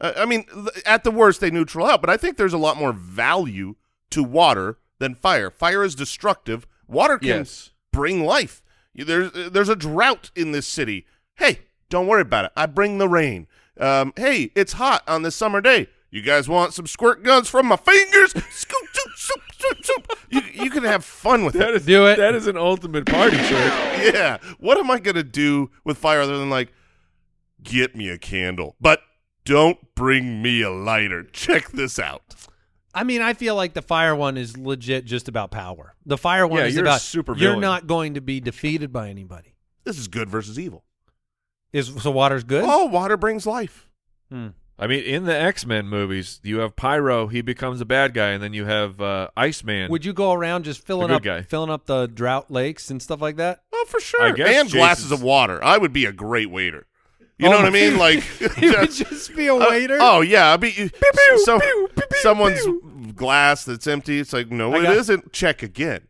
Speaker 2: I I mean, th- at the worst, they neutral out. But I think there's a lot more value to water than fire. Fire is destructive. Water can
Speaker 4: Yes.
Speaker 2: bring life. You- There's uh, there's a drought in this city. Hey, don't worry about it. I bring the rain. Um, hey, it's hot on this summer day. You guys want some squirt guns from my fingers? Scoop, scoop, scoop, scoop, scoop. You, you can have fun with it.
Speaker 4: is
Speaker 3: Do it.
Speaker 4: That is an ultimate party trick.
Speaker 2: Yeah. What am I gonna do with fire other than like get me a candle? But don't bring me a lighter. Check this out.
Speaker 3: I mean, I feel like the fire one is legit just about power. The fire one
Speaker 4: Yeah,
Speaker 3: is
Speaker 4: you're a
Speaker 3: about
Speaker 4: super
Speaker 3: you're
Speaker 4: villain.
Speaker 3: not going to be defeated by anybody.
Speaker 2: This is good versus evil.
Speaker 3: Is so water's good?
Speaker 2: Oh, water brings life.
Speaker 3: Hmm.
Speaker 4: I mean, in the X Men movies, you have Pyro, he becomes a bad guy, and then you have uh, Iceman.
Speaker 3: Would you go around just filling
Speaker 4: good
Speaker 3: up
Speaker 4: guy.
Speaker 3: filling up the drought lakes and stuff like that?
Speaker 2: Oh, for sure.
Speaker 4: I guess
Speaker 2: and glasses
Speaker 4: Jason's-
Speaker 2: of water. I would be a great waiter. You
Speaker 3: Oh
Speaker 2: know what
Speaker 3: my-
Speaker 2: I mean? Like
Speaker 3: He would just be a
Speaker 2: Uh,
Speaker 3: waiter.
Speaker 2: oh yeah, I mean, you-
Speaker 3: pew,
Speaker 2: so,
Speaker 3: pew, pew, pew,
Speaker 2: someone's
Speaker 3: pew.
Speaker 2: glass that's empty. It's like no,
Speaker 3: I
Speaker 2: it
Speaker 3: got-
Speaker 2: not Check again.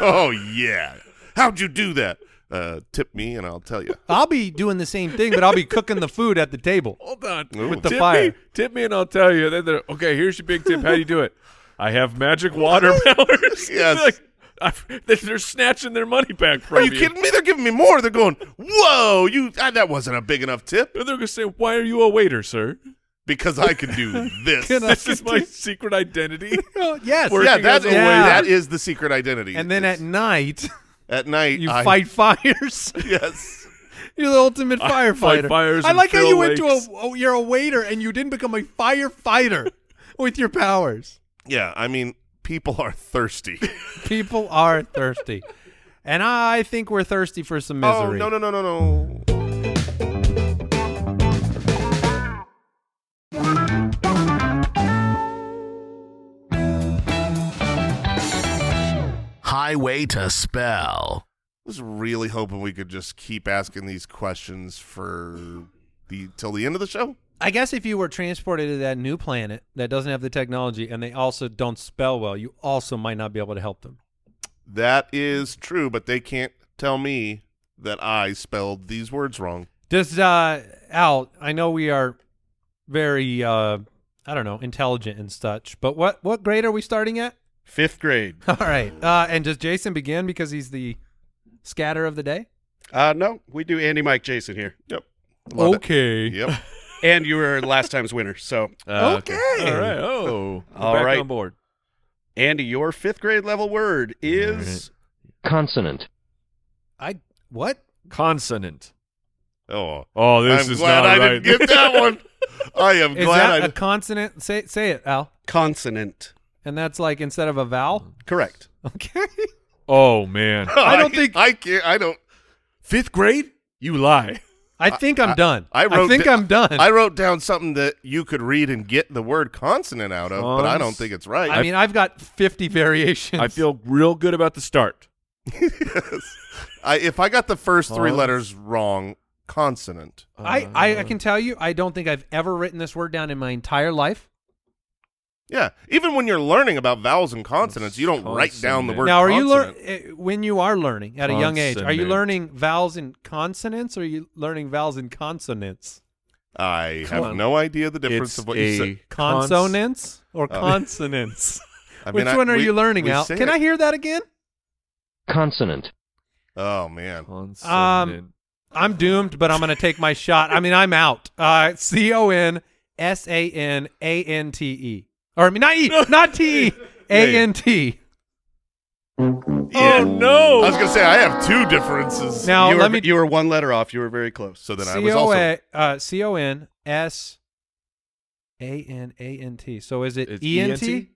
Speaker 2: oh yeah, how'd you do that? Uh, tip me and I'll tell you.
Speaker 3: I'll be doing the same thing, but I'll be cooking the food at the table.
Speaker 4: Hold on.
Speaker 2: Ooh.
Speaker 3: With the
Speaker 4: tip
Speaker 3: fire.
Speaker 4: Me, tip me, and I'll tell you. Then they're, okay, here's your big tip. How do you do it? I have magic water powers.
Speaker 2: Yes.
Speaker 4: like, I, they're snatching their money back from
Speaker 2: Are you kidding me? They're giving me more. They're going, whoa, you ah, that wasn't a big enough tip
Speaker 4: And they're gonna say, "Why are you a waiter, sir?
Speaker 2: because I can do this.
Speaker 3: Can I-
Speaker 4: This is my secret identity."
Speaker 3: Oh, yes.
Speaker 4: We're-
Speaker 2: yeah,
Speaker 4: Working
Speaker 2: that,
Speaker 4: as a
Speaker 2: that
Speaker 3: waiter.
Speaker 2: is the secret identity.
Speaker 3: And then at
Speaker 2: It's-
Speaker 3: night,
Speaker 2: at night
Speaker 3: you
Speaker 2: I-
Speaker 3: fight fires.
Speaker 2: Yes,
Speaker 3: You're the ultimate
Speaker 4: I fight
Speaker 3: firefighter.
Speaker 4: fires
Speaker 3: I
Speaker 4: and
Speaker 3: like how
Speaker 4: fill
Speaker 3: you went to
Speaker 4: lakes.
Speaker 3: a. Oh, you're a waiter, and you didn't become a firefighter with your powers.
Speaker 2: yeah. I mean, people are thirsty.
Speaker 3: People are thirsty, and I think we're thirsty for some
Speaker 2: oh
Speaker 3: misery.
Speaker 2: no no no no no.
Speaker 1: Highway to Spell.
Speaker 2: was really hoping we could just keep asking these questions for the till the end of the show.
Speaker 3: I guess if you were transported to that new planet that doesn't have the technology and they also don't spell well, you also might not be able to help them.
Speaker 2: That is true, but they can't tell me that I spelled these words wrong.
Speaker 3: Does uh Al, I know we are very uh I don't know, intelligent and such, but what what grade are we starting at?
Speaker 5: Fifth grade.
Speaker 3: All right. Uh and does Jason begin because he's the scatter of the day?
Speaker 5: Uh, no, we do Andy, Mike, Jason here,
Speaker 2: Yep. Love it.
Speaker 3: okay.
Speaker 2: Yep.
Speaker 5: and you were last time's winner. So,
Speaker 4: Uh,
Speaker 3: Okay.
Speaker 4: All right. Oh. we're
Speaker 5: All
Speaker 4: back
Speaker 5: right.
Speaker 4: on board.
Speaker 5: Andy, your fifth grade level word is
Speaker 6: consonant,
Speaker 3: I what?
Speaker 4: Consonant.
Speaker 2: Oh,
Speaker 4: Oh,
Speaker 2: I'm glad I didn't get that one. I am
Speaker 3: Is
Speaker 2: glad
Speaker 3: that
Speaker 2: I
Speaker 3: a consonant? Say say it, Al.
Speaker 5: consonant.
Speaker 3: And that's like instead of a vowel.
Speaker 2: Mm.
Speaker 5: Correct.
Speaker 3: Okay.
Speaker 4: oh man.
Speaker 3: I don't think-
Speaker 2: I can't. I don't.
Speaker 4: Fifth grade? You lie.
Speaker 3: I think I'm done.
Speaker 2: I wrote
Speaker 3: think
Speaker 2: da-
Speaker 3: I'm done.
Speaker 2: I wrote down something that you could read and get the word consonant out of, but I don't
Speaker 4: Cons-
Speaker 2: think it's right.
Speaker 3: I mean, I've got 50 variations.
Speaker 4: I feel real good about the start.
Speaker 2: I, if I got the first three
Speaker 4: Cons-
Speaker 2: letters wrong, consonant.
Speaker 3: I, I, I can tell you, I don't think I've ever written this word down in my entire life.
Speaker 2: Yeah. Even when you're learning about vowels and consonants, you don't write down the
Speaker 4: Consonant.
Speaker 2: word
Speaker 3: now, are
Speaker 2: consonant.
Speaker 3: you learn when you are learning at a young age? Are you
Speaker 4: Consonant.
Speaker 3: learning vowels and consonants, or are you learning vowels and consonants?
Speaker 2: I have
Speaker 4: Con-
Speaker 2: no idea the difference
Speaker 4: It's
Speaker 2: of what
Speaker 4: a
Speaker 2: you said.
Speaker 4: cons-
Speaker 3: Consonants or
Speaker 2: Oh.
Speaker 3: consonants?
Speaker 2: I mean,
Speaker 3: Which
Speaker 2: I-
Speaker 3: one are
Speaker 2: we-
Speaker 3: you learning
Speaker 2: we
Speaker 3: out?
Speaker 2: say
Speaker 3: Can
Speaker 2: it.
Speaker 3: I hear that again?
Speaker 6: consonant,
Speaker 2: Oh man.
Speaker 4: Consonant.
Speaker 3: I'm doomed, but I'm going to take my shot. I mean, I'm out. Uh, C O N S A N A N T E. Or I mean, not E, not T E, A N T.
Speaker 2: Yeah.
Speaker 4: Oh, no.
Speaker 2: I was gonna say I have two differences.
Speaker 3: Oh. Now,
Speaker 5: you, were,
Speaker 3: let me
Speaker 5: you were one letter off. You were very close.
Speaker 2: so then I was also
Speaker 3: C-O-A, uh, C-O-N-S A-N-A-N-T. So is it E
Speaker 4: It's
Speaker 3: E-N-T?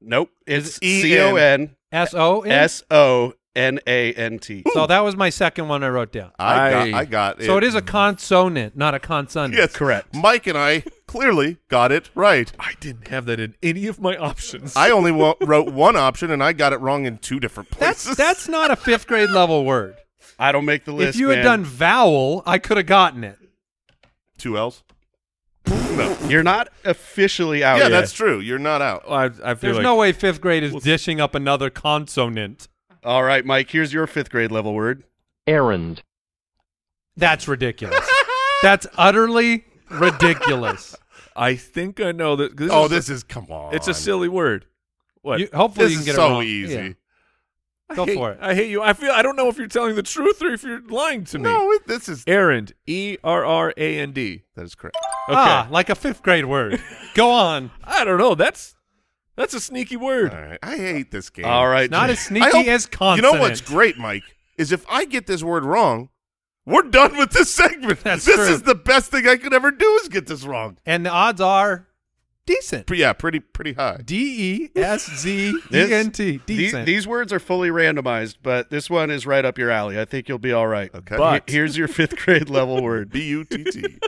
Speaker 5: Nope. It's
Speaker 2: E-N.
Speaker 5: C O N
Speaker 3: S-O-N?
Speaker 5: S O N A N T.
Speaker 3: So that was my second one I wrote down.
Speaker 2: I got,
Speaker 4: I-
Speaker 2: I got it.
Speaker 3: So it is a consonant, not a consonant.
Speaker 2: Yes.
Speaker 5: Correct.
Speaker 2: Mike and I clearly got it right.
Speaker 4: I didn't have that in any of my options.
Speaker 2: I only wa- wrote one option and I got it wrong in two different
Speaker 3: That's
Speaker 2: places.
Speaker 3: that's not a fifth grade level word.
Speaker 5: I don't make the
Speaker 3: if
Speaker 5: list.
Speaker 3: you had
Speaker 5: man.
Speaker 3: done vowel, I could have gotten it.
Speaker 2: two L's.
Speaker 5: you're not officially out.
Speaker 2: yeah,
Speaker 5: yet.
Speaker 2: that's true. You're not out.
Speaker 4: I, I feel
Speaker 3: There's
Speaker 4: like
Speaker 3: no way fifth grade is dishing up another consonant.
Speaker 5: all right, Mike. Here's your fifth grade level word.
Speaker 6: errand,
Speaker 3: That's ridiculous. that's utterly ridiculous.
Speaker 4: I think I know that. This
Speaker 2: oh,
Speaker 4: is
Speaker 2: this is come on.
Speaker 4: It's a silly word. What?
Speaker 3: You- hopefully
Speaker 2: This
Speaker 3: you can
Speaker 2: is
Speaker 3: get it
Speaker 2: so
Speaker 3: wrong.
Speaker 2: easy.
Speaker 3: Yeah.
Speaker 4: I
Speaker 3: Go
Speaker 4: hate-
Speaker 3: for it.
Speaker 4: I hate you. I feel. I don't know if you're telling the truth or if you're lying to me.
Speaker 2: No, it, this is
Speaker 4: Errand. E R R A N D.
Speaker 2: that is correct.
Speaker 4: Okay.
Speaker 3: Ah, like a fifth grade word. Go on.
Speaker 4: I don't know. That's that's a sneaky
Speaker 2: All
Speaker 4: word.
Speaker 2: right, I hate this game.
Speaker 5: All right,
Speaker 3: Not as sneaky
Speaker 2: I hope-
Speaker 3: as consonant.
Speaker 2: You know what's great, Mike, is if I get this word wrong, we're done with this segment.
Speaker 3: That's
Speaker 2: this
Speaker 3: true.
Speaker 2: is the best thing I could ever do is get this wrong.
Speaker 3: And the odds are decent.
Speaker 2: But yeah, pretty pretty high.
Speaker 3: D E S Z
Speaker 5: This-
Speaker 3: E N T.
Speaker 5: the-
Speaker 3: Decent.
Speaker 5: these words are fully randomized, but this one is right up your alley. I think you'll be all right.
Speaker 2: Okay.
Speaker 5: He-
Speaker 4: But-
Speaker 5: here's your fifth grade level word.
Speaker 2: B U T T.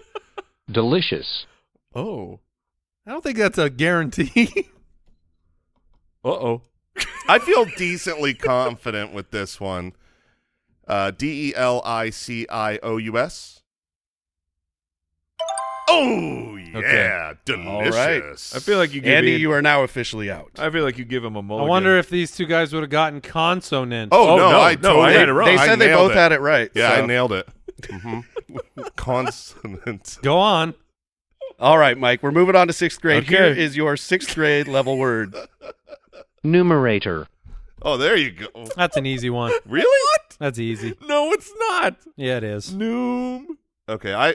Speaker 6: delicious,
Speaker 4: Oh.
Speaker 3: I don't think that's a guarantee.
Speaker 4: Uh oh.
Speaker 2: I feel decently confident with this one. Uh, D E L I C I O U S. Oh yeah,
Speaker 5: All
Speaker 2: delicious.
Speaker 5: right.
Speaker 4: I feel like you gave
Speaker 5: Andy,
Speaker 4: Ian-
Speaker 5: you are now officially out.
Speaker 4: I feel like you give him a
Speaker 3: I
Speaker 4: mulligan.
Speaker 3: wonder if these two guys would have gotten consonant.
Speaker 2: Oh,
Speaker 4: Oh,
Speaker 2: no,
Speaker 4: no,
Speaker 2: I
Speaker 4: no,
Speaker 2: totally
Speaker 4: I had it wrong.
Speaker 5: They
Speaker 2: I
Speaker 5: said they
Speaker 2: nailed
Speaker 5: both
Speaker 2: it.
Speaker 5: had it right.
Speaker 2: Yeah,
Speaker 5: so-
Speaker 2: I nailed it. Mhm. Consonant.
Speaker 3: Go on.
Speaker 5: All right, Mike. We're moving on to sixth grade.
Speaker 4: Okay.
Speaker 5: Here is your sixth grade level word.
Speaker 6: numerator,
Speaker 2: Oh, there you go.
Speaker 3: That's an easy one.
Speaker 2: Really? What?
Speaker 3: That's easy.
Speaker 4: No, it's not.
Speaker 3: Yeah, it is.
Speaker 4: Noom.
Speaker 2: Okay, I.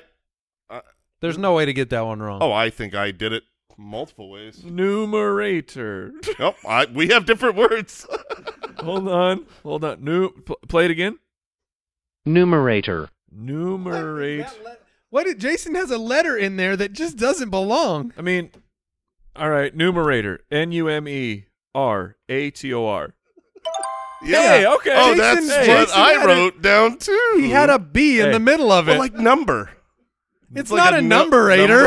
Speaker 3: There's no way to get that one wrong.
Speaker 2: Oh, I think I did it multiple ways.
Speaker 4: Numerator.
Speaker 2: Nope. I, we have different words.
Speaker 4: Hold on. Hold on. New. Pl- play it again.
Speaker 6: numerator,
Speaker 4: Numerate.
Speaker 3: What did Jason has a letter in there that just doesn't belong.
Speaker 4: I mean, all right. Numerator. N U M E R A T O R. Hey, okay.
Speaker 2: Oh, that's
Speaker 3: Jason-
Speaker 2: what
Speaker 3: Jason
Speaker 2: I
Speaker 3: had
Speaker 2: wrote down too.
Speaker 3: He had a B in
Speaker 4: Hey.
Speaker 3: the middle of
Speaker 2: Well,
Speaker 3: it.
Speaker 2: like number.
Speaker 3: it's
Speaker 2: like
Speaker 3: not
Speaker 2: a
Speaker 3: a,
Speaker 2: nu-
Speaker 3: numberator.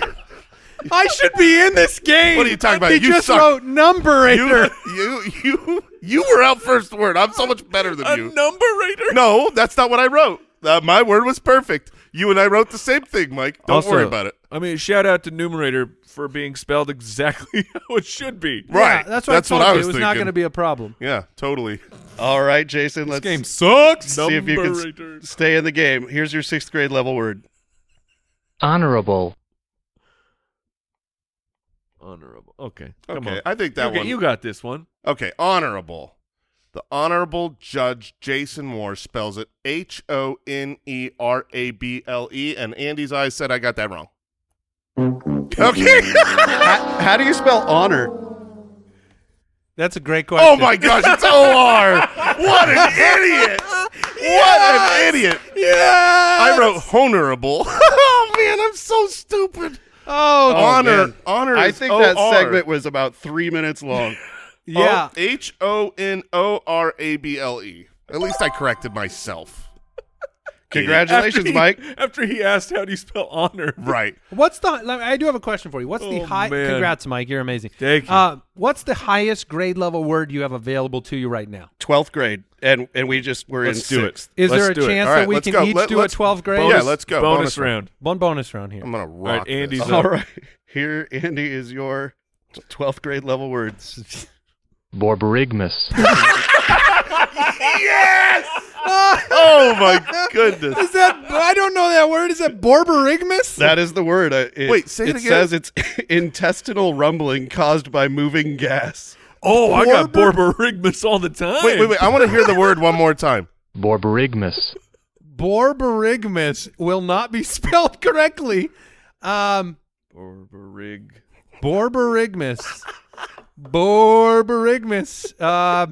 Speaker 2: number.
Speaker 3: I should be in this game.
Speaker 2: What are you talking about?
Speaker 3: He
Speaker 2: You
Speaker 3: just
Speaker 2: suck.
Speaker 3: wrote
Speaker 2: You,
Speaker 3: numberator.
Speaker 2: you, you, you were out first word. I'm so much better than
Speaker 4: A
Speaker 2: you.
Speaker 4: numerator.
Speaker 2: No, that's not what I wrote. Uh, my word was perfect. You and I wrote the same thing, Mike. Don't
Speaker 4: Also,
Speaker 2: worry about it.
Speaker 4: I mean, shout out to Numerator for being spelled exactly how it should be.
Speaker 2: Right.
Speaker 3: Yeah, that's what, I, told you. It was not
Speaker 2: thinking.
Speaker 3: going to be a problem.
Speaker 2: Yeah, totally.
Speaker 5: All right, Jason.
Speaker 4: This
Speaker 5: Let's
Speaker 4: game sucks.
Speaker 5: see if you can s-
Speaker 4: Numerator.
Speaker 5: stay in the game. Here's your sixth grade level word.
Speaker 6: Honorable.
Speaker 4: Honorable. Okay. Come
Speaker 2: Okay,
Speaker 4: on.
Speaker 2: I think that
Speaker 4: okay,
Speaker 2: one.
Speaker 4: you got this one.
Speaker 2: Okay, honorable. The honorable Judge Jason Moore spells it H O N E R A B L E, and Andy's eyes said I got that wrong. Okay.
Speaker 5: How, how do you spell honor?
Speaker 3: That's a great question.
Speaker 2: oh my gosh, it's O R. What an idiot! What an idiot!
Speaker 4: Yeah.
Speaker 2: I wrote honorable. oh man, I'm so stupid.
Speaker 3: Oh,
Speaker 2: honor,
Speaker 5: man.
Speaker 2: honor.
Speaker 5: I
Speaker 2: is
Speaker 5: think that
Speaker 2: O-R.
Speaker 5: segment was about three minutes long.
Speaker 3: yeah.
Speaker 2: H O N O R A B L E. At least I corrected myself.
Speaker 5: Congratulations, Mike.
Speaker 4: After he asked, how do you spell honor?
Speaker 2: Right.
Speaker 3: What's the? let me- I do have a question for you. What's the
Speaker 4: Oh,
Speaker 3: high?
Speaker 4: man.
Speaker 3: Congrats, Mike. You're amazing.
Speaker 4: Thank you.
Speaker 3: Uh, what's the highest grade level word you have available to you right now?
Speaker 5: Twelfth grade, and and we just were
Speaker 4: Let's
Speaker 5: in
Speaker 4: do
Speaker 5: sixth.
Speaker 4: it.
Speaker 3: Is
Speaker 4: Let's
Speaker 3: there a
Speaker 4: do it.
Speaker 3: chance
Speaker 2: All right,
Speaker 3: that we
Speaker 2: let's
Speaker 3: can
Speaker 2: go.
Speaker 3: each
Speaker 2: Let-
Speaker 3: do a
Speaker 2: let's-
Speaker 3: 12th grade?
Speaker 2: Bonus- Yeah, let's go.
Speaker 4: Bonus,
Speaker 2: Bonus
Speaker 4: round.
Speaker 3: One bonus round here.
Speaker 2: I'm gonna
Speaker 4: right,
Speaker 2: rock.
Speaker 4: Andy's
Speaker 2: this. Oh.
Speaker 4: up.
Speaker 5: All right. Here, Andy, is your 12th grade level words.
Speaker 6: Borborygmus.
Speaker 2: Oh my goodness!
Speaker 3: Is that? I don't know that word. Is that borborygmus?
Speaker 5: That is the word. I- It,
Speaker 2: Wait, say it again.
Speaker 5: says it's intestinal rumbling caused by moving gas.
Speaker 4: Oh, I got Borborygmus all the time.
Speaker 2: Wait, wait, wait! I want to hear the word one more time.
Speaker 6: Borborygmus.
Speaker 3: borborygmus will not be spelled correctly. Um,
Speaker 4: Borborig.
Speaker 3: borborygmus. borborygmus. Uh,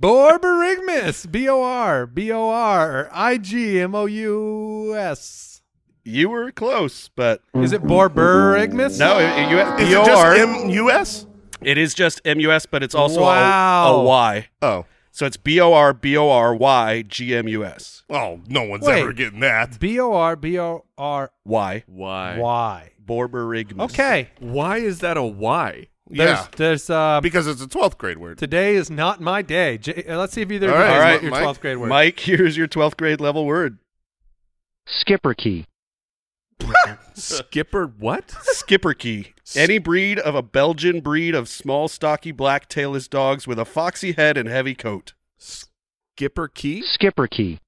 Speaker 3: borborygmus. B O R B O R I G M O U S.
Speaker 5: You were close, but
Speaker 3: Is it borborygmus?
Speaker 5: no, it, you have
Speaker 2: Is it
Speaker 5: P-O-R.
Speaker 2: just M U S?
Speaker 5: it is just M-U-S, but it's also a-
Speaker 3: Wow.
Speaker 5: a Y.
Speaker 2: Oh,
Speaker 5: So it's B-O-R, B-O-R-Y, G-M-U-S.
Speaker 2: oh! No one's
Speaker 3: Wait.
Speaker 2: ever getting that.
Speaker 3: B O R B O R
Speaker 5: Y.
Speaker 4: Why?
Speaker 3: Y.
Speaker 5: Borborygmus.
Speaker 3: Okay.
Speaker 4: Why is that a why?
Speaker 3: There's,
Speaker 2: Yeah,
Speaker 3: There's. Uh,
Speaker 2: because it's a twelfth grade word.
Speaker 3: today is not my day. J- uh, let's see if either
Speaker 2: All
Speaker 3: of you
Speaker 2: right,
Speaker 3: guys
Speaker 5: all
Speaker 3: know
Speaker 5: right,
Speaker 3: your
Speaker 2: Mike.
Speaker 3: 12th grade word.
Speaker 5: Mike, here's your 12th grade level word.
Speaker 6: Skipperkey.
Speaker 4: Skipper what?
Speaker 5: Skipper key. Any breed of a Belgian breed of small, stocky, black, tailless dogs with a foxy head and heavy coat.
Speaker 4: Skipper Key?
Speaker 6: Skipperkey.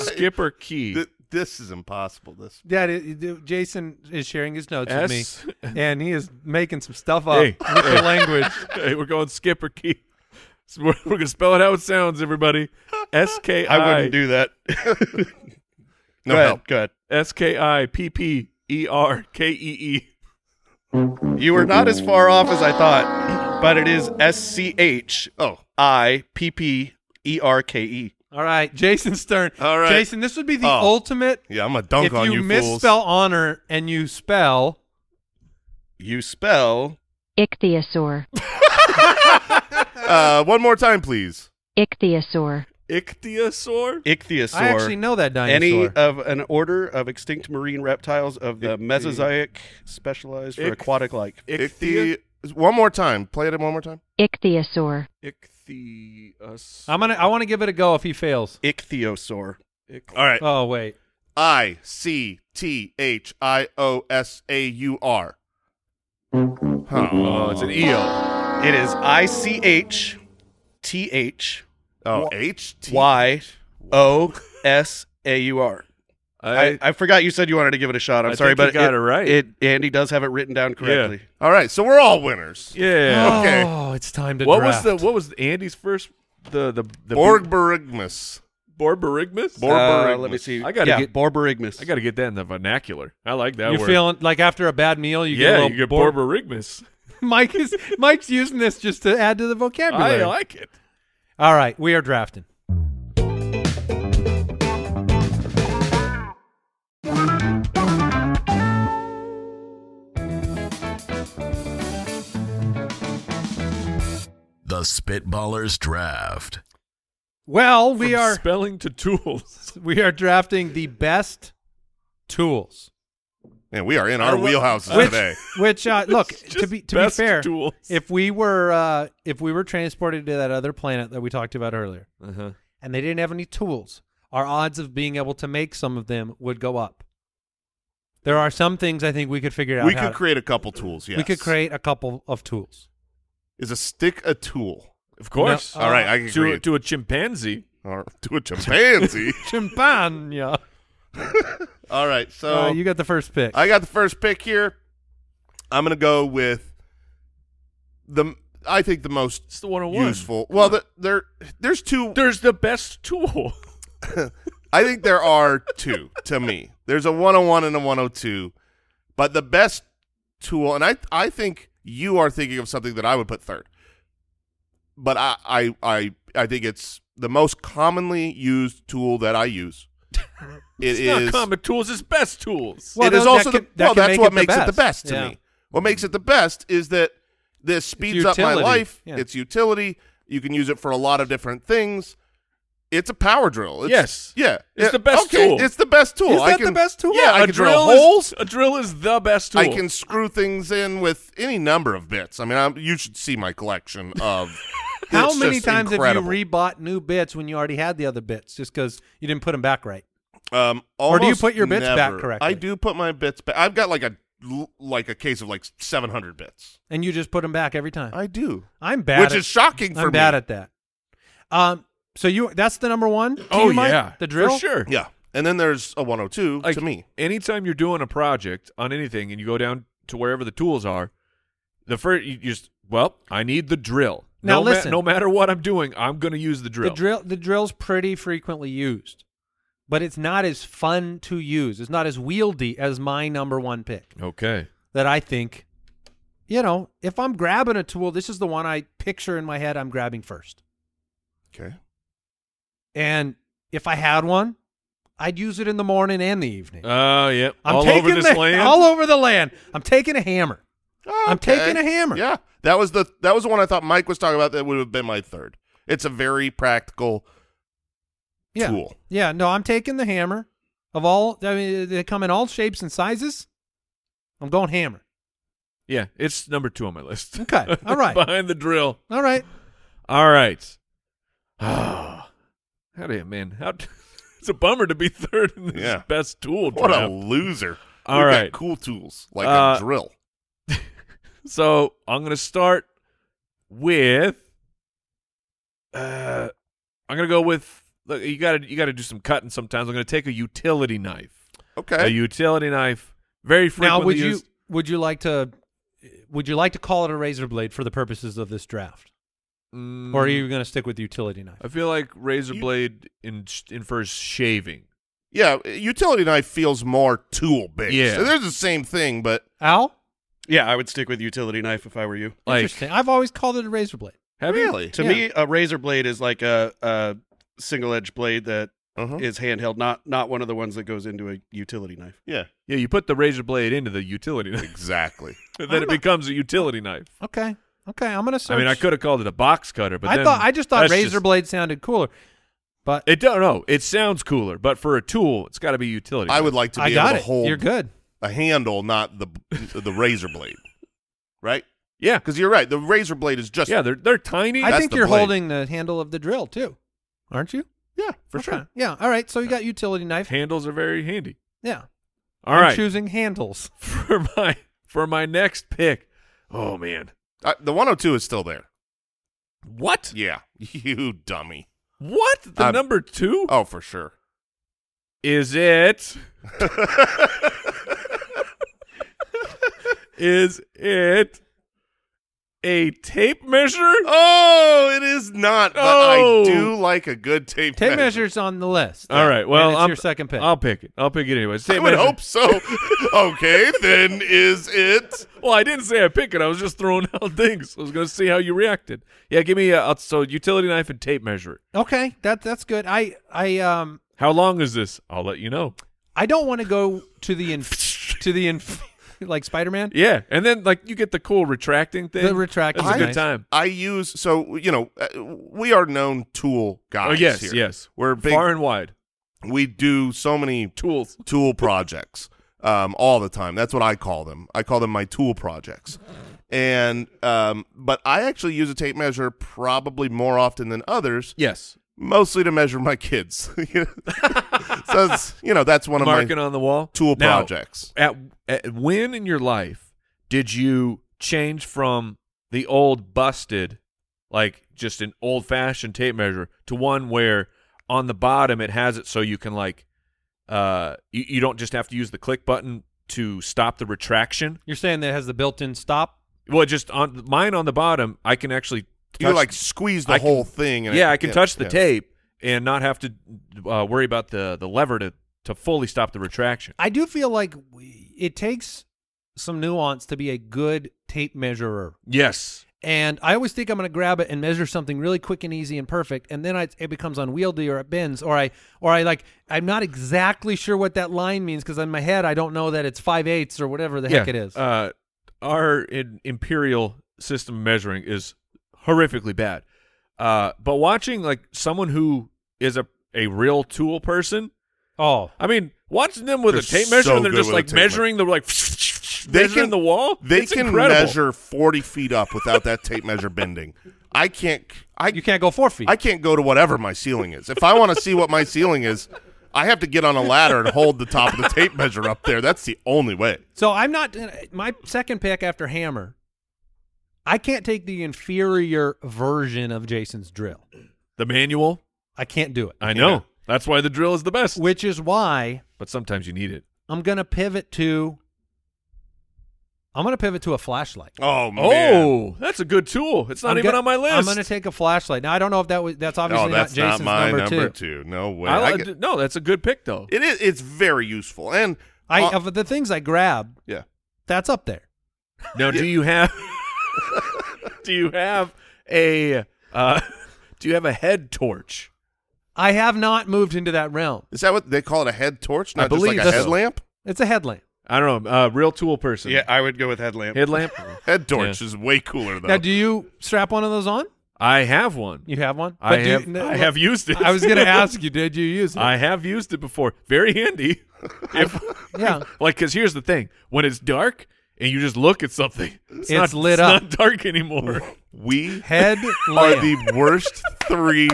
Speaker 4: Skipper Key.
Speaker 2: Th- this is impossible. This.
Speaker 3: Yeah, it- it- Jason is sharing his notes
Speaker 4: S-
Speaker 3: with me, and he is making some stuff up
Speaker 4: Hey.
Speaker 3: with the language.
Speaker 4: hey, we're going Skipper Key. So We're, we're going to spell it how it sounds, everybody. S K
Speaker 5: I wouldn't do that.
Speaker 2: No
Speaker 5: go ahead.
Speaker 2: help.
Speaker 5: Go ahead.
Speaker 4: S K I P P E R K E E.
Speaker 5: You were not as far off as I thought, but it is S C H
Speaker 2: Oh,
Speaker 5: I P P E R K E.
Speaker 3: All right, Jason Stern.
Speaker 2: All right.
Speaker 3: Jason, this would be the
Speaker 2: Oh.
Speaker 3: ultimate.
Speaker 2: yeah. I'm a dunk
Speaker 3: if
Speaker 2: on
Speaker 3: you,
Speaker 2: you, fools.
Speaker 3: misspell honor and you spell,
Speaker 5: You spell
Speaker 7: Ichthyosaur.
Speaker 2: Uh, one more time, please.
Speaker 7: Ichthyosaur.
Speaker 4: Ichthyosaur?
Speaker 5: ichthyosaur.
Speaker 3: I actually know that dinosaur.
Speaker 5: any uh, of an order of extinct marine reptiles of the
Speaker 4: Ichthyo-
Speaker 5: Mesozoic specialized for
Speaker 4: Ichth-
Speaker 5: aquatic like.
Speaker 4: Ichthyo-
Speaker 2: Ichthyo- One more time. Play it one more time.
Speaker 7: Ichthyosaur.
Speaker 4: Ichthyosaur.
Speaker 3: I'm gonna. I want to give it a go if he fails.
Speaker 5: Ichthyosaur.
Speaker 2: All right.
Speaker 3: Oh wait,
Speaker 2: I C T H I O S A U R.
Speaker 4: Oh, it's an
Speaker 2: E
Speaker 4: eel.
Speaker 5: It is I C H T H
Speaker 2: Oh, H T.
Speaker 5: Y O S A U R. I,
Speaker 4: I,
Speaker 5: I forgot you said you wanted to give it a shot. I'm
Speaker 4: I
Speaker 5: sorry,
Speaker 4: think you
Speaker 5: but
Speaker 4: got it right.
Speaker 5: It Andy does have it written down correctly.
Speaker 2: All right, so we're all winners.
Speaker 4: yeah.
Speaker 2: Okay.
Speaker 3: Oh, it's time to
Speaker 4: What was
Speaker 3: draft.
Speaker 4: the what was Andy's first the the, the
Speaker 2: Borgberigmus.
Speaker 4: Borborygmus?
Speaker 2: Bor-
Speaker 5: Uh,
Speaker 2: Borborygmus.
Speaker 5: let me see.
Speaker 4: I gotta
Speaker 5: yeah,
Speaker 4: get-
Speaker 5: Borborygmus.
Speaker 4: I got to get that in the vernacular. I like that
Speaker 3: You're
Speaker 4: word.
Speaker 3: feeling like after a bad meal, you get a
Speaker 4: yeah,
Speaker 3: little
Speaker 4: you get
Speaker 3: bored.
Speaker 4: Borborygmus.
Speaker 3: Mike is Mike's using this just to add to the vocabulary.
Speaker 4: I like it.
Speaker 3: All right, we are drafting.
Speaker 1: The Spitballers Draft.
Speaker 3: Well, we
Speaker 4: From
Speaker 3: are
Speaker 4: spelling to tools.
Speaker 3: we are drafting the best tools.
Speaker 2: Man, we are in our
Speaker 4: I love-
Speaker 2: wheelhouses
Speaker 3: Which,
Speaker 2: today.
Speaker 3: which uh, look
Speaker 4: It's
Speaker 3: to
Speaker 4: just
Speaker 3: be to be
Speaker 4: best
Speaker 3: fair,
Speaker 4: tools.
Speaker 3: if we were uh, if we were transported to that other planet that we talked about earlier,
Speaker 4: Uh-huh.
Speaker 3: and they didn't have any tools, our odds of being able to make some of them would go up. There are some things I think we could figure out.
Speaker 2: we
Speaker 3: how
Speaker 2: could
Speaker 3: to-
Speaker 2: create a couple tools. Yes,
Speaker 3: We could create a couple of tools.
Speaker 2: Is a stick a tool?
Speaker 4: Of course.
Speaker 3: No,
Speaker 2: All right, I can
Speaker 4: to,
Speaker 2: create
Speaker 4: to a chimpanzee.
Speaker 2: or to a chimpanzee.
Speaker 3: Chimpania.
Speaker 2: All right, so
Speaker 3: Uh, you got the first pick.
Speaker 2: I got the first pick here. I'm gonna go with the. I think the most
Speaker 4: It's the 101.
Speaker 2: useful. Well, the, there there's two.
Speaker 4: There's the best tool.
Speaker 2: I think there are two to me. There's a 101 and a 102, but the best tool, and I I think you are thinking of something that I would put third. But I I I, I think it's the most commonly used tool that I use.
Speaker 4: it's
Speaker 2: It
Speaker 4: not
Speaker 2: is
Speaker 4: common tools. It's best tools.
Speaker 3: Well,
Speaker 2: it is
Speaker 3: no, that
Speaker 2: also
Speaker 3: can-
Speaker 2: the,
Speaker 3: that
Speaker 2: well.
Speaker 3: can
Speaker 2: That's
Speaker 3: make
Speaker 2: what
Speaker 3: it the
Speaker 2: makes it the
Speaker 3: best.
Speaker 2: best to
Speaker 3: Yeah.
Speaker 2: me. What makes it the best is that this speeds up my
Speaker 3: utility.
Speaker 2: life.
Speaker 3: Yeah.
Speaker 2: It's utility. You can use it for a lot of different things. It's a power drill. It's,
Speaker 4: Yes.
Speaker 2: yeah,
Speaker 4: It's
Speaker 2: Yeah,
Speaker 4: the best
Speaker 2: okay,
Speaker 4: tool.
Speaker 2: It's the best tool.
Speaker 3: Is
Speaker 2: I
Speaker 3: that the
Speaker 2: can-
Speaker 3: best tool?
Speaker 2: Yeah, I
Speaker 4: a
Speaker 2: can drill
Speaker 4: drill
Speaker 2: holes.
Speaker 4: Is, a drill is the best tool.
Speaker 2: I can screw things in with any number of bits. I mean, I'm, you should see my collection of.
Speaker 3: How
Speaker 2: it's
Speaker 3: many
Speaker 2: just
Speaker 3: times
Speaker 2: incredible.
Speaker 3: have you rebought new bits when you already had the other bits just because you didn't put them back right?
Speaker 2: Um,
Speaker 3: Or do you
Speaker 2: almost
Speaker 3: put your bits back
Speaker 2: never.
Speaker 3: correctly?
Speaker 2: I do put my bits back. I've got like a like a case of like 700 bits.
Speaker 3: And you just put them back every time.
Speaker 2: I do.
Speaker 3: I, am bad.
Speaker 2: Which
Speaker 3: at,
Speaker 2: is shocking for
Speaker 3: I'm
Speaker 2: me.
Speaker 3: bad at that. Um. So you that's the number one. to
Speaker 4: Oh
Speaker 3: you, Mike?
Speaker 4: yeah,
Speaker 3: the drill.
Speaker 4: for sure.
Speaker 2: Yeah. And then there's a 102
Speaker 4: Like,
Speaker 2: to me.
Speaker 4: anytime you're doing a project on anything, and you go down to wherever the tools are, the first you just well, I need the drill.
Speaker 3: Now
Speaker 4: no ma-
Speaker 3: listen.
Speaker 4: no matter what I'm doing, I'm going to use the drill.
Speaker 3: The drill. The drill's pretty frequently used, but it's not as fun to use. It's not as wieldy as my number one pick.
Speaker 4: Okay.
Speaker 3: That I think, you know, if I'm grabbing a tool, this is the one I picture in my head. I'm grabbing first.
Speaker 2: Okay.
Speaker 3: And if I had one, I'd use it in the morning and the evening.
Speaker 4: Uh, yeah.
Speaker 3: I'm
Speaker 4: all
Speaker 3: taking
Speaker 4: over this
Speaker 3: the,
Speaker 4: land.
Speaker 3: All over the land. I'm taking a hammer. I'm taking a hammer.
Speaker 2: Yeah. That was the that was the one I thought Mike was talking about that would have been my third. It's a very practical
Speaker 3: Yeah.
Speaker 2: tool.
Speaker 3: Yeah. No, I'm taking the hammer. Of all, I mean, they come in all shapes and sizes. I'm going hammer.
Speaker 4: yeah, it's number two on my list.
Speaker 3: Okay, all right.
Speaker 4: Behind the drill.
Speaker 3: All right.
Speaker 4: All right. Ah, how do you, man? How it's a bummer to be third in this
Speaker 2: Yeah.
Speaker 4: best tool
Speaker 2: What a
Speaker 4: draft.
Speaker 2: loser.
Speaker 4: All
Speaker 2: We've
Speaker 4: right.
Speaker 2: got cool tools like
Speaker 4: Uh,
Speaker 2: a drill.
Speaker 4: So I'm gonna start with. Uh, I'm gonna go with. Look, you gotta you gotta do some cutting sometimes. I'm gonna take a utility knife.
Speaker 2: Okay.
Speaker 4: A utility knife, very frequently
Speaker 3: now, would
Speaker 4: used.
Speaker 3: you would you like to would you like to call it a razor blade for the purposes of this draft,
Speaker 4: Mm, Uh,
Speaker 3: or are you going to stick with utility knife?
Speaker 4: I feel like razor
Speaker 2: You-
Speaker 4: blade in, infers shaving.
Speaker 2: yeah, utility knife feels more tool based.
Speaker 4: Yeah.
Speaker 2: They're the same thing, but
Speaker 3: Al,
Speaker 5: Yeah, I would stick with utility knife if I were you.
Speaker 4: Like,
Speaker 3: interesting. I've always called it a razor blade.
Speaker 4: have you-
Speaker 2: really.
Speaker 5: To
Speaker 3: Yeah.
Speaker 5: me, a razor blade is like a, a single edged blade that
Speaker 2: Uh-huh.
Speaker 5: is handheld, not not one of the ones that goes into a utility knife.
Speaker 2: yeah.
Speaker 4: Yeah, you put the razor blade into the utility knife,
Speaker 2: Exactly.
Speaker 4: and then it becomes a utility knife.
Speaker 3: Okay, okay. I'm going to search.
Speaker 4: I mean, I could have called it a box cutter, but
Speaker 3: I
Speaker 4: then
Speaker 3: thought I just thought
Speaker 4: that's
Speaker 3: razor
Speaker 4: just-
Speaker 3: blade sounded cooler, but
Speaker 4: It don't know. It sounds cooler, but for a tool, it's got to be utility.
Speaker 2: I would like to be
Speaker 3: I
Speaker 2: able
Speaker 3: got
Speaker 2: to
Speaker 3: it.
Speaker 2: hold
Speaker 3: You're good.
Speaker 2: a handle, not the the razor blade. Right?
Speaker 4: Yeah,
Speaker 2: Because you're right. The razor blade is just
Speaker 4: yeah, they're they're tiny.
Speaker 3: I
Speaker 2: That's
Speaker 3: think
Speaker 2: the
Speaker 3: you're
Speaker 2: blade.
Speaker 3: holding the handle of the drill too, aren't you?
Speaker 2: yeah for
Speaker 3: Okay.
Speaker 2: sure.
Speaker 3: Yeah. All right. So you got utility knife.
Speaker 4: handles are very handy.
Speaker 3: Yeah.
Speaker 4: All
Speaker 3: I'm
Speaker 4: right,
Speaker 3: choosing handles.
Speaker 4: for my for my next pick. Oh man,
Speaker 2: Uh, the 102 is still there.
Speaker 4: what?
Speaker 2: Yeah, you dummy.
Speaker 4: What? The
Speaker 2: Um,
Speaker 4: number two
Speaker 2: Oh, for sure.
Speaker 4: is it? Is it a tape measure?
Speaker 2: oh, it is not. But
Speaker 4: Oh.
Speaker 2: I do like a good tape.
Speaker 3: Tape
Speaker 2: measure.
Speaker 3: measures on the list.
Speaker 4: All right. Well,
Speaker 3: And it's
Speaker 4: I'm,
Speaker 3: your second pick.
Speaker 4: I'll pick it. I'll pick it anyways. Tape
Speaker 2: I would
Speaker 4: measure.
Speaker 2: hope so. okay, then is it?
Speaker 4: Well, I didn't say I pick it. I was just throwing out things. I was going to see how you reacted. Yeah, give me a I'll- so utility knife and tape measure.
Speaker 3: okay. That that's good. I I um
Speaker 4: How long is this? I'll let you know.
Speaker 3: I don't want to go to the inf- to the inf- like Spider Man.
Speaker 4: Yeah, and then like you get the cool retracting thing.
Speaker 3: The retracting
Speaker 4: That's a
Speaker 2: is
Speaker 4: good
Speaker 3: nice.
Speaker 4: time.
Speaker 2: I use so you know uh, we are known tool guys.
Speaker 4: oh yes,
Speaker 2: Ah, here.
Speaker 4: yes.
Speaker 2: We're big.
Speaker 4: far and wide.
Speaker 2: we do so many
Speaker 4: Tools.
Speaker 2: tool projects um, all the time. That's what I call them. I call them my tool projects. And um, but I actually use a tape measure probably more often than others
Speaker 4: Yes.
Speaker 2: mostly to measure my kids. so that's, you know, that's one of
Speaker 4: Marking
Speaker 2: my
Speaker 4: on the wall.
Speaker 2: tool
Speaker 4: Now,
Speaker 2: projects.
Speaker 4: At, at when in your life did you change from the old busted, like just an old fashioned tape measure, to one where on the bottom it has it so you can like, uh, you, you don't just have to use the click button to stop the retraction.
Speaker 3: You're saying that it has the built-in stop?
Speaker 4: Well, just on mine on the bottom, I can actually.
Speaker 2: You
Speaker 4: touch-
Speaker 2: like squeeze the
Speaker 4: I can-
Speaker 2: whole thing. And
Speaker 4: yeah, I can touch the
Speaker 2: yeah.
Speaker 4: tape and not have to uh, worry about the the lever to to fully stop the retraction.
Speaker 3: I do feel like we, it takes some nuance to be a good tape measurer.
Speaker 4: Yes.
Speaker 3: And I always think I'm going to grab it and measure something really quick and easy and perfect, and then I, it becomes unwieldy or it bends, or I, or I like I'm not exactly sure what that line means because in my head I don't know that it's five eighths or whatever the heck it is.
Speaker 4: Uh, our in, imperial system of measuring is horrifically bad. Uh, but watching like someone who is a a real tool person,
Speaker 3: oh,
Speaker 4: I mean, watching them with
Speaker 2: They're
Speaker 4: a tape measure,
Speaker 2: so
Speaker 4: and they're
Speaker 2: good
Speaker 4: just
Speaker 2: with a
Speaker 4: like
Speaker 2: tape measure.
Speaker 4: measuring the like
Speaker 2: They
Speaker 4: measuring
Speaker 2: can-
Speaker 4: the wall.
Speaker 2: They
Speaker 4: It's
Speaker 2: can
Speaker 4: incredible.
Speaker 2: measure 40 feet up without that tape measure bending. I can't. I
Speaker 3: you can't go four feet.
Speaker 2: I can't go to whatever my ceiling is. If I want to see what my ceiling is, I have to get on a ladder and hold the top of the tape measure up there. That's the only way.
Speaker 3: So I'm not uh, my second pick after Hammer. I can't take the inferior version of Jason's drill.
Speaker 4: the manual.
Speaker 3: I can't do it.
Speaker 4: I know that's why the drill is the best.
Speaker 3: Which is why
Speaker 4: But sometimes you need it.
Speaker 3: I'm going to pivot to I'm going to pivot to a flashlight.
Speaker 2: Oh man.
Speaker 4: Oh, that's a good tool. It's not
Speaker 3: I'm
Speaker 4: even
Speaker 3: gonna-
Speaker 4: on my list.
Speaker 3: I'm going to take a flashlight. Now I don't know if that was that's obviously
Speaker 2: oh, that's
Speaker 3: not Jason's
Speaker 2: my
Speaker 3: number, two.
Speaker 2: No way.
Speaker 4: I
Speaker 2: I
Speaker 4: li-
Speaker 2: get-
Speaker 4: no, that's a good pick though.
Speaker 2: it is. It's very useful. And
Speaker 3: I
Speaker 4: Oh.
Speaker 2: uh,
Speaker 3: of the things I grabbed,
Speaker 2: yeah.
Speaker 3: that's up there.
Speaker 4: Now, do you have do you have a uh, do you have a head torch?
Speaker 3: I have not moved into that realm.
Speaker 2: Is that what they call it? A head torch?
Speaker 4: I
Speaker 2: Not just like
Speaker 4: believe
Speaker 2: a
Speaker 4: so.
Speaker 2: headlamp.
Speaker 3: It's a headlamp.
Speaker 4: I don't know, uh, real tool person.
Speaker 5: Yeah, I would go with headlamp.
Speaker 4: headlamp.
Speaker 2: Head torch is way cooler though.
Speaker 3: Now do you strap one of those on?
Speaker 4: I have one.
Speaker 3: You have one?
Speaker 4: I
Speaker 3: But do you-
Speaker 4: have.
Speaker 3: no,
Speaker 4: I have used it.
Speaker 3: I was going to ask you, did you use it?
Speaker 4: I have used it before. Very handy. If
Speaker 3: yeah.
Speaker 4: like, because here's the thing: when it's dark and you just look at something, it's,
Speaker 3: It's
Speaker 4: not,
Speaker 3: lit
Speaker 4: it's
Speaker 3: up.
Speaker 4: Not dark anymore.
Speaker 2: we
Speaker 3: Head
Speaker 2: are
Speaker 3: lamp.
Speaker 2: the worst three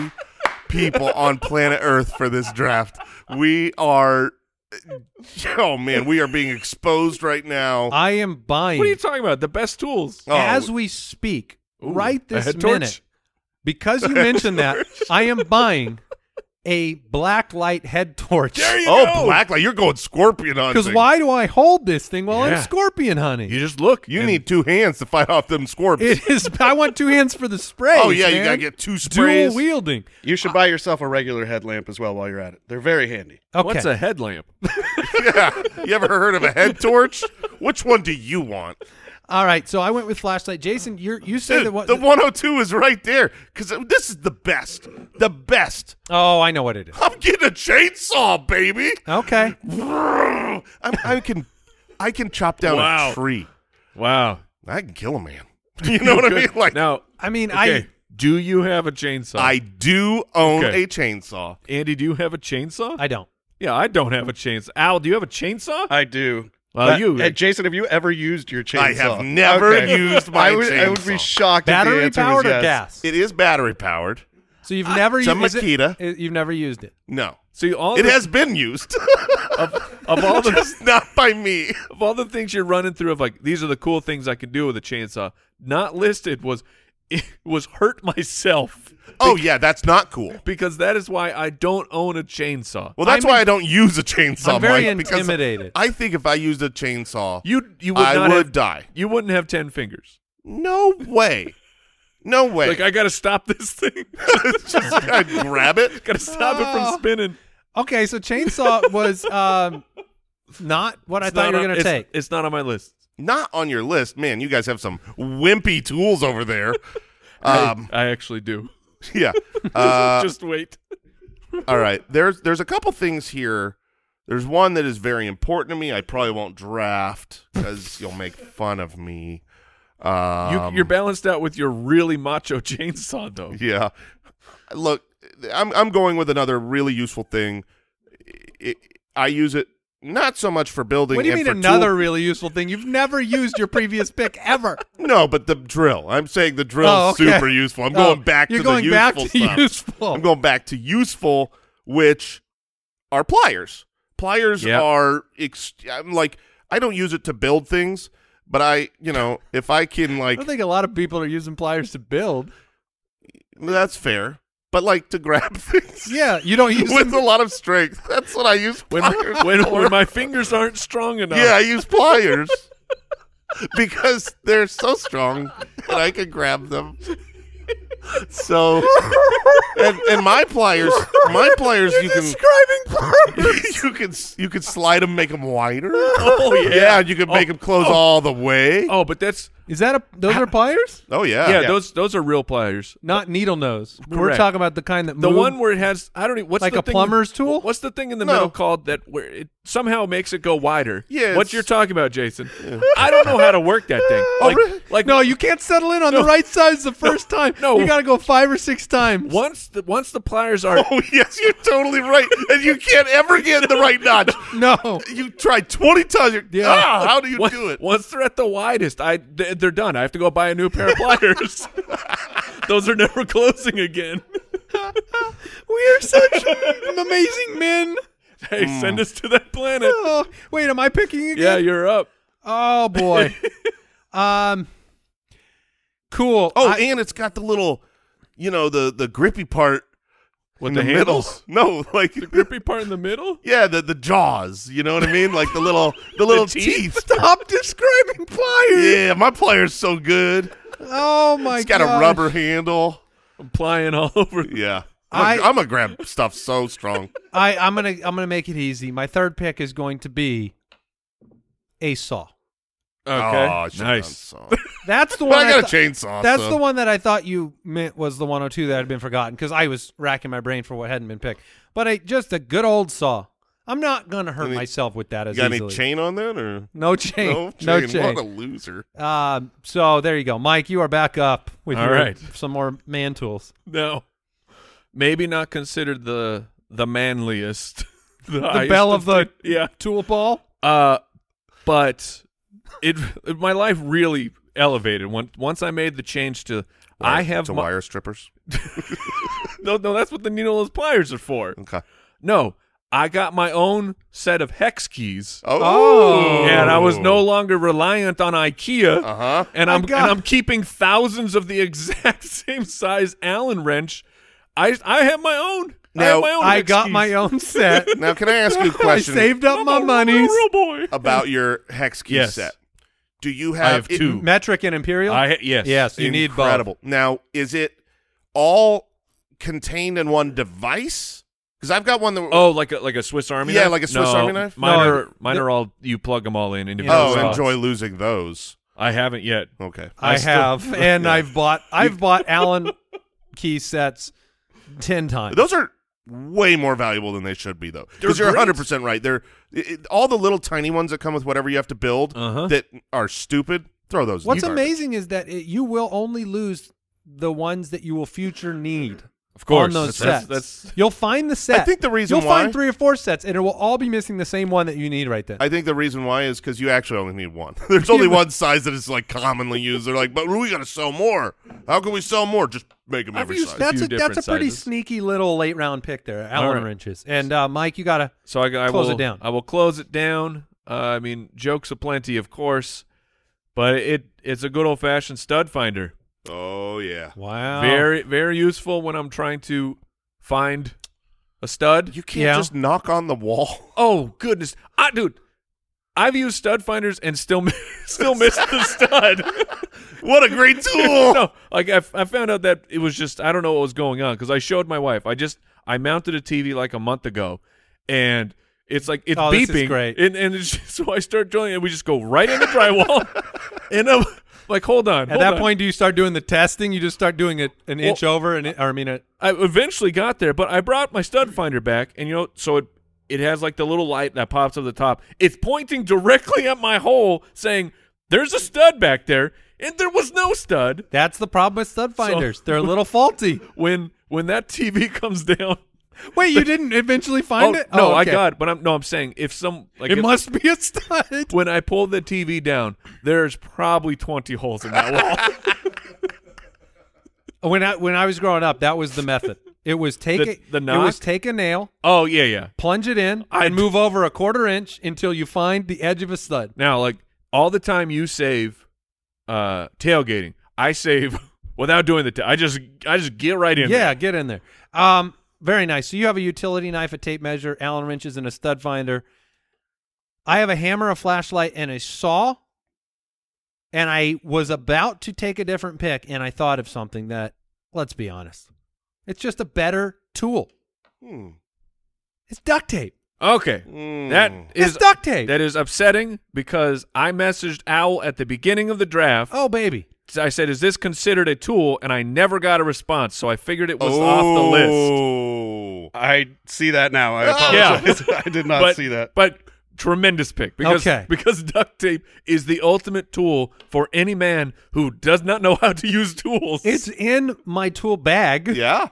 Speaker 2: people on planet Earth for this draft. We are. Oh man, we are being exposed right now.
Speaker 3: I am buying
Speaker 4: What are you talking about? The best tools.
Speaker 2: Oh,
Speaker 3: as we speak
Speaker 4: Ooh,
Speaker 3: right
Speaker 4: a
Speaker 3: this
Speaker 4: head torch?
Speaker 3: minute. Because you mentioned that, I am buying a black light head torch.
Speaker 4: There you
Speaker 2: oh,
Speaker 4: go.
Speaker 2: Blacklight, you're going scorpion hunting.
Speaker 3: Because why do I hold this thing while
Speaker 4: Yeah.
Speaker 3: I'm scorpion hunting?
Speaker 4: You just look.
Speaker 2: You
Speaker 4: and-
Speaker 2: need two hands to fight off them scorpions.
Speaker 3: It is. I want two hands for the spray.
Speaker 2: oh yeah, you gotta get two sprays.
Speaker 3: dual wielding.
Speaker 5: You should buy yourself a regular headlamp as well while you're at it. They're very handy.
Speaker 3: Okay.
Speaker 4: What's a headlamp?
Speaker 2: yeah. You ever heard of a head torch? Which one do you want?
Speaker 3: All right. So I went with flashlight. Jason, you you said
Speaker 2: Dude,
Speaker 3: that what?
Speaker 2: the 102 is right there because this is the best. The best.
Speaker 3: oh, I know what it is.
Speaker 2: I'm getting a chainsaw, baby.
Speaker 3: Okay.
Speaker 2: I'm, I can, I can chop down
Speaker 4: Wow.
Speaker 2: a tree.
Speaker 4: Wow.
Speaker 2: I can kill a man. You know what I mean? Like
Speaker 4: Now,
Speaker 3: I mean,
Speaker 4: okay. do you have a chainsaw?
Speaker 2: I do own
Speaker 4: Okay.
Speaker 2: a chainsaw.
Speaker 4: Andy, do you have a chainsaw?
Speaker 3: I I don't.
Speaker 4: yeah, I don't have a chainsaw. Al, do you have a chainsaw?
Speaker 5: I do.
Speaker 4: Well,
Speaker 5: But-
Speaker 4: you-
Speaker 5: Hey, Jason, have you ever used your chainsaw?
Speaker 2: I have never used my
Speaker 5: I would, I would be
Speaker 2: chainsaw.
Speaker 5: shocked.
Speaker 3: Battery
Speaker 5: if the answer was
Speaker 3: powered or
Speaker 5: yes.
Speaker 3: gas?
Speaker 2: It is battery powered.
Speaker 3: so you've never
Speaker 2: It's a
Speaker 3: used is it-
Speaker 2: Makita.
Speaker 3: it- You've never used it.
Speaker 2: No,
Speaker 4: so you, all
Speaker 2: it
Speaker 4: the-
Speaker 2: has been used.
Speaker 4: of all the
Speaker 2: Just not by me.
Speaker 4: of all the things you're running through of like these are the cool things I can do with a chainsaw. Not listed was it was hurt myself
Speaker 2: Oh yeah, that's not cool.
Speaker 4: because that is why I don't own a chainsaw.
Speaker 2: Well, that's
Speaker 3: I'm
Speaker 2: why I don't use a chainsaw.
Speaker 3: I'm very
Speaker 2: Mike, because
Speaker 3: intimidated.
Speaker 2: I think if I used a chainsaw,
Speaker 4: You you would
Speaker 2: I
Speaker 4: not
Speaker 2: would
Speaker 4: have,
Speaker 2: die.
Speaker 4: You wouldn't have ten fingers.
Speaker 2: no way, no way.
Speaker 4: Like I gotta stop this thing.
Speaker 2: Just I grab it.
Speaker 4: gotta stop it
Speaker 3: Oh.
Speaker 2: Ah.
Speaker 4: from spinning.
Speaker 3: Okay, so chainsaw was um, not what I
Speaker 4: It's
Speaker 3: thought
Speaker 4: not
Speaker 3: you were
Speaker 4: on-
Speaker 3: going to
Speaker 4: it's-
Speaker 3: take.
Speaker 4: It's not on my list.
Speaker 2: Not on your list, man. You guys have some wimpy tools over there. Um,
Speaker 4: I actually do.
Speaker 2: yeah. Uh,
Speaker 4: Just wait.
Speaker 2: all right. There's there's a couple things here. There's one that is very important to me. I probably won't draft because you'll make fun of me.
Speaker 4: You,
Speaker 2: Um,
Speaker 4: you're balanced out with your really macho chainsaw, though.
Speaker 2: Yeah. Look, I'm I'm going with another really useful thing. I I- I use it Not so much for building.
Speaker 3: What do you
Speaker 2: and
Speaker 3: mean
Speaker 2: for
Speaker 3: another really useful thing? You've never used your previous pick ever.
Speaker 2: tool- No, but the drill. I'm saying the drill's
Speaker 3: Oh, okay.
Speaker 2: super useful. I'm
Speaker 3: Oh,
Speaker 2: going back
Speaker 3: you're
Speaker 2: to
Speaker 3: going
Speaker 2: the
Speaker 3: back
Speaker 2: useful
Speaker 3: to
Speaker 2: stuff.
Speaker 3: useful.
Speaker 2: I'm going back to useful, which are pliers. Pliers
Speaker 4: Yep.
Speaker 2: are. Ex- I'm like I don't use it to build things, but I, you know, if I can
Speaker 3: I
Speaker 2: like
Speaker 3: don't think a lot of people are using pliers to build.
Speaker 2: That's fair. But like to grab things
Speaker 3: Yeah, you don't use
Speaker 2: with a lot of strength. That's what I use
Speaker 4: When,
Speaker 2: pliers
Speaker 4: when,
Speaker 2: for.
Speaker 4: when my fingers aren't strong enough.
Speaker 2: Yeah, I use pliers because they're so strong that I can grab them. So and, and my pliers, my pliers you can you can you can slide them, make them wider.
Speaker 4: Oh yeah.
Speaker 2: Yeah, you can make
Speaker 4: Oh,
Speaker 2: them close
Speaker 4: oh.
Speaker 2: all the way.
Speaker 4: Oh, but that's
Speaker 3: Is that a? Those are pliers,
Speaker 2: Oh yeah.
Speaker 4: yeah, Those those are real pliers.
Speaker 3: not needle nose. We're
Speaker 4: Correct.
Speaker 3: talking about the kind that
Speaker 4: The
Speaker 3: move.
Speaker 4: one where it has I don't even what's
Speaker 3: Like
Speaker 4: the
Speaker 3: a
Speaker 4: thing-
Speaker 3: plumber's tool?
Speaker 4: What's the thing in the
Speaker 2: No.
Speaker 4: middle called that where it somehow makes it go wider?
Speaker 2: Yeah,
Speaker 4: What
Speaker 2: it's-
Speaker 4: you're talking about, Jason? I don't know how to work that thing.
Speaker 2: Oh,
Speaker 4: like,
Speaker 2: really?
Speaker 4: like
Speaker 3: no, you can't settle in on the
Speaker 4: No.
Speaker 3: right size the first time.
Speaker 4: No.
Speaker 3: you got to go five or six times.
Speaker 4: once the once the pliers are
Speaker 2: Oh yes, you're totally right, and you can't ever get the right notch.
Speaker 3: No,
Speaker 2: You tried 20 times. You're,
Speaker 3: Yeah.
Speaker 2: ah, how do you
Speaker 4: once,
Speaker 2: do it?
Speaker 4: once they're at the widest, I they- they're done. I have to go buy a new pair of pliers. Those are never closing again.
Speaker 3: we are such amazing men.
Speaker 4: Hey, send us to that planet.
Speaker 3: Oh, wait, am I picking again?
Speaker 4: Yeah, you're up.
Speaker 3: Oh boy. um. Cool.
Speaker 2: Oh,
Speaker 3: I-
Speaker 2: and it's got the little, you know, the the grippy part
Speaker 4: With
Speaker 2: in
Speaker 4: the,
Speaker 2: the, middle.
Speaker 4: handles?
Speaker 2: No, like
Speaker 4: The grippy part in the middle?
Speaker 2: yeah, the the jaws. You know what I mean? Like the little the little teeth.
Speaker 4: teeth?
Speaker 3: stop describing pliers.
Speaker 2: Yeah, my player's so good.
Speaker 3: Oh my god.
Speaker 2: it's got a rubber handle.
Speaker 4: I'm plying all over.
Speaker 2: Yeah. I'm
Speaker 3: I-
Speaker 2: gonna grab stuff so strong.
Speaker 3: I, I'm gonna I'm gonna make it easy. My third pick is going to be a saw.
Speaker 2: Oh, I
Speaker 4: Okay.
Speaker 2: should've
Speaker 4: nice.
Speaker 2: done saw.
Speaker 3: That's the
Speaker 2: but
Speaker 3: one.
Speaker 2: I got
Speaker 3: thought-
Speaker 2: a chainsaw.
Speaker 3: That's
Speaker 2: so-
Speaker 3: the one that I thought you meant was the 102 that had been forgotten because I was racking my brain for what hadn't been picked. But I just a good old saw. I'm not gonna hurt
Speaker 2: Any-
Speaker 3: myself with that
Speaker 2: You
Speaker 3: as
Speaker 2: got any
Speaker 3: easily.
Speaker 2: chain on that or
Speaker 3: no chain.
Speaker 2: no chain? What a loser.
Speaker 3: Um, so there you go, Mike. You are back up with
Speaker 4: All
Speaker 3: your,
Speaker 4: right.
Speaker 3: some more man tools.
Speaker 4: No. Maybe not considered the the manliest. The,
Speaker 3: The
Speaker 4: highest
Speaker 3: bell of the
Speaker 4: yeah.
Speaker 3: tool ball.
Speaker 4: Uh but it, it my life really elevated when once I made the change to I have
Speaker 2: to
Speaker 4: my,
Speaker 2: wire strippers.
Speaker 4: no no that's what the needleless pliers are for.
Speaker 2: Okay.
Speaker 4: No, I got my own set of hex keys.
Speaker 2: Oh,
Speaker 3: Oh.
Speaker 4: And I was no longer reliant on IKEA.
Speaker 2: Uh huh.
Speaker 4: and
Speaker 3: I
Speaker 4: I'm
Speaker 3: got-
Speaker 4: and I'm keeping thousands of the exact same size Allen wrench. I I have my own. I
Speaker 2: Now,
Speaker 4: have my own.
Speaker 3: I
Speaker 4: hex
Speaker 3: got
Speaker 4: keys.
Speaker 3: my own set.
Speaker 2: Now, can I ask you a
Speaker 3: I
Speaker 2: question?
Speaker 3: saved up
Speaker 4: I'm
Speaker 3: my
Speaker 4: a real,
Speaker 3: monies.
Speaker 4: real boy.
Speaker 2: about your hex key
Speaker 4: Yes.
Speaker 2: set. Do you have,
Speaker 4: I have
Speaker 2: it-
Speaker 4: two.
Speaker 3: Metric and imperial.
Speaker 4: I yes
Speaker 3: Yes, you need both.
Speaker 2: Incredible. Now, is it all contained in one device? Because I've got one that.
Speaker 4: Oh, like a like a Swiss Army
Speaker 2: Yeah,
Speaker 4: knife.
Speaker 2: like a Swiss
Speaker 4: No,
Speaker 2: Army knife?
Speaker 4: Mine
Speaker 3: No,
Speaker 4: are
Speaker 3: the-
Speaker 4: mine are all you plug them all in individually.
Speaker 2: Oh,
Speaker 3: Yeah.
Speaker 2: enjoy losing those.
Speaker 4: I haven't yet.
Speaker 2: Okay.
Speaker 3: I,
Speaker 4: I still-
Speaker 3: have, and I've bought I've bought Allen key sets ten times.
Speaker 2: Those are way more valuable than they should be, though. Because
Speaker 4: They're
Speaker 2: you're
Speaker 4: great.
Speaker 2: 100% right. They're it, it- all the little tiny ones that come with whatever you have to build
Speaker 4: Uh-huh.
Speaker 2: that are stupid. Throw those. in
Speaker 3: What's
Speaker 2: the garbage.
Speaker 3: amazing is that it, you will only lose the ones that you will future need.
Speaker 4: Of course,
Speaker 3: on those
Speaker 4: that's,
Speaker 3: sets,
Speaker 4: That's, that's
Speaker 3: you'll find the set.
Speaker 2: think the reason
Speaker 3: you'll
Speaker 2: why-
Speaker 3: find three or four sets, and it will all be missing the same one that you need right then.
Speaker 2: I think the reason why is because you actually only need one. There's only
Speaker 3: Yeah, but-
Speaker 2: one size that is like commonly used. They're like, but we gotta sell more. How can we sell more? Just make them
Speaker 4: I've
Speaker 2: every
Speaker 4: used
Speaker 2: size.
Speaker 4: that-
Speaker 3: that's
Speaker 4: few
Speaker 3: a that's a
Speaker 4: different
Speaker 3: pretty
Speaker 4: sizes.
Speaker 3: sneaky little late round pick there, Allen
Speaker 4: right.
Speaker 3: wrenches. And uh, Mike, you gotta
Speaker 4: So I, I
Speaker 3: Close
Speaker 4: will
Speaker 3: it down.
Speaker 4: I will close it down. Uh, I mean, jokes aplenty, of course, but it it's a good old fashioned stud finder.
Speaker 2: Oh yeah.
Speaker 3: wow.
Speaker 4: Very very useful when I'm trying to find a stud.
Speaker 2: You can't
Speaker 3: Yeah.
Speaker 2: just knock on the wall.
Speaker 4: oh goodness, I dude, I've used stud finders and still mi- still missed the stud.
Speaker 2: What a great tool!
Speaker 3: Oh.
Speaker 4: no, like I, f- I found out that it was just I don't know what was going on because I showed my wife. I just I mounted a TV like a month ago, and it's like it's
Speaker 3: Oh,
Speaker 4: beeping.
Speaker 3: this is great.
Speaker 4: And, and it's just, so I start drilling, and we just go right in the drywall. and I'm like, hold on.
Speaker 3: At
Speaker 4: hold
Speaker 3: that
Speaker 4: on.
Speaker 3: point, do you start doing the testing? You just start doing it an
Speaker 4: Well-
Speaker 3: inch over, and or I mean, a,
Speaker 4: I eventually got there, but I brought my stud finder back, and you know, so it it has like the little light that pops up the top. It's pointing directly at my hole, saying, "There's a stud back there," and there was no stud.
Speaker 3: that's the problem with stud finders. They're a little faulty.
Speaker 4: when when that TV comes down
Speaker 3: Wait, you didn't eventually find
Speaker 4: oh,
Speaker 3: it?
Speaker 4: No,
Speaker 3: Oh,
Speaker 4: I
Speaker 3: okay.
Speaker 4: got. It, but I'm no. I'm saying if some like
Speaker 3: It
Speaker 4: if-
Speaker 3: must be a stud.
Speaker 4: when I pulled the TV down, there's probably 20 holes in that wall.
Speaker 3: When I when I was growing up, that was the method. It was take
Speaker 4: The-
Speaker 3: a,
Speaker 4: the
Speaker 3: it was
Speaker 4: knock?
Speaker 3: take a nail,
Speaker 4: oh yeah, yeah.
Speaker 3: plunge it in,
Speaker 4: I-
Speaker 3: and move over a quarter inch until you find the edge of a stud.
Speaker 4: Now, like all the time you save uh tailgating, I save without doing the. ta- I just I just get right in.
Speaker 3: Yeah,
Speaker 4: there.
Speaker 3: get in there. Um, very nice. So you have a utility knife, a tape measure, Allen wrenches, and a stud finder. I have a hammer, a flashlight, and a saw. And I was about to take a different pick, and I thought of something that, let's be honest, it's just a better tool.
Speaker 2: Hmm.
Speaker 3: It's duct tape.
Speaker 4: Okay. That
Speaker 2: Mm.
Speaker 4: is
Speaker 3: It's duct tape.
Speaker 4: That is upsetting because I messaged Owl at the beginning of the draft.
Speaker 3: Oh, baby.
Speaker 4: I said, "Is this considered a tool?" And I never got a response, so I figured it was off the list.
Speaker 2: Oh.
Speaker 5: I see that now. I
Speaker 4: Yeah.
Speaker 5: apologize. I did not
Speaker 4: but,
Speaker 5: see that.
Speaker 4: But tremendous pick because
Speaker 3: Okay.
Speaker 4: because duct tape is the ultimate tool for any man who does not know how to use tools.
Speaker 3: It's in my tool bag.
Speaker 2: Yeah.
Speaker 4: Oh,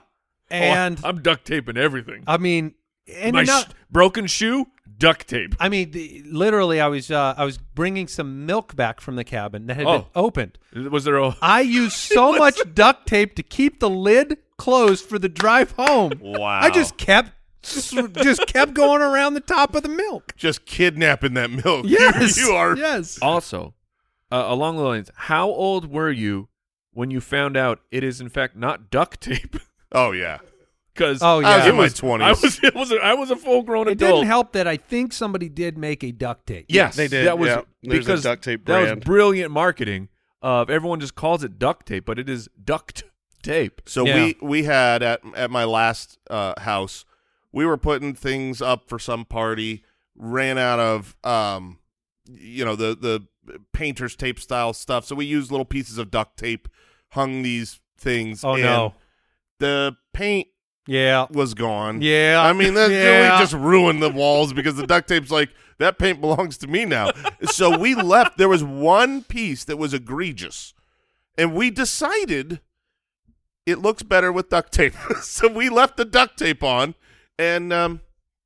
Speaker 4: I-
Speaker 3: And
Speaker 4: I'm duct taping everything.
Speaker 3: I mean, and
Speaker 4: My
Speaker 3: you're not-
Speaker 4: sh- broken shoe, duct tape.
Speaker 3: I mean, the, literally, I was uh, I was bringing some milk back from the cabin that had been
Speaker 4: Oh.
Speaker 3: opened.
Speaker 4: Was there a
Speaker 3: I used so much duct tape to keep the lid closed for the drive home.
Speaker 2: Wow.
Speaker 3: I just kept just kept going around the top of the milk.
Speaker 2: just kidnapping that milk. You-
Speaker 3: Yes,
Speaker 2: You, are.
Speaker 3: Yes,
Speaker 4: also uh, along the lines? How old were you when you found out it is in fact not duct tape?
Speaker 2: Oh yeah.
Speaker 4: Because
Speaker 3: Oh, yeah. I was
Speaker 2: in my
Speaker 4: I
Speaker 2: 20s.
Speaker 4: was it was a, I was a full grown
Speaker 3: it
Speaker 4: adult.
Speaker 3: didn't help that I think somebody did make a duct tape.
Speaker 4: Yes,
Speaker 5: They did,
Speaker 4: That was
Speaker 5: yeah. There's a
Speaker 4: because
Speaker 5: duct tape
Speaker 4: that
Speaker 5: brand.
Speaker 4: was brilliant marketing. Of everyone just calls it duct tape, but it is duct tape.
Speaker 2: So
Speaker 3: Yeah.
Speaker 2: we we had at at my last uh, house, we were putting things up for some party. Ran out of um, you know the the painters tape style stuff, so we used little pieces of duct tape, hung these things.
Speaker 3: Oh
Speaker 2: and
Speaker 3: no.
Speaker 2: the paint
Speaker 3: Yeah.
Speaker 2: was gone.
Speaker 3: Yeah.
Speaker 2: I mean, that
Speaker 3: Yeah.
Speaker 2: we just ruined the walls because the duct tape's like that paint belongs to me now. so we left. There was one piece that was egregious, and we decided it looks better with duct tape. so we left the duct tape on, and um,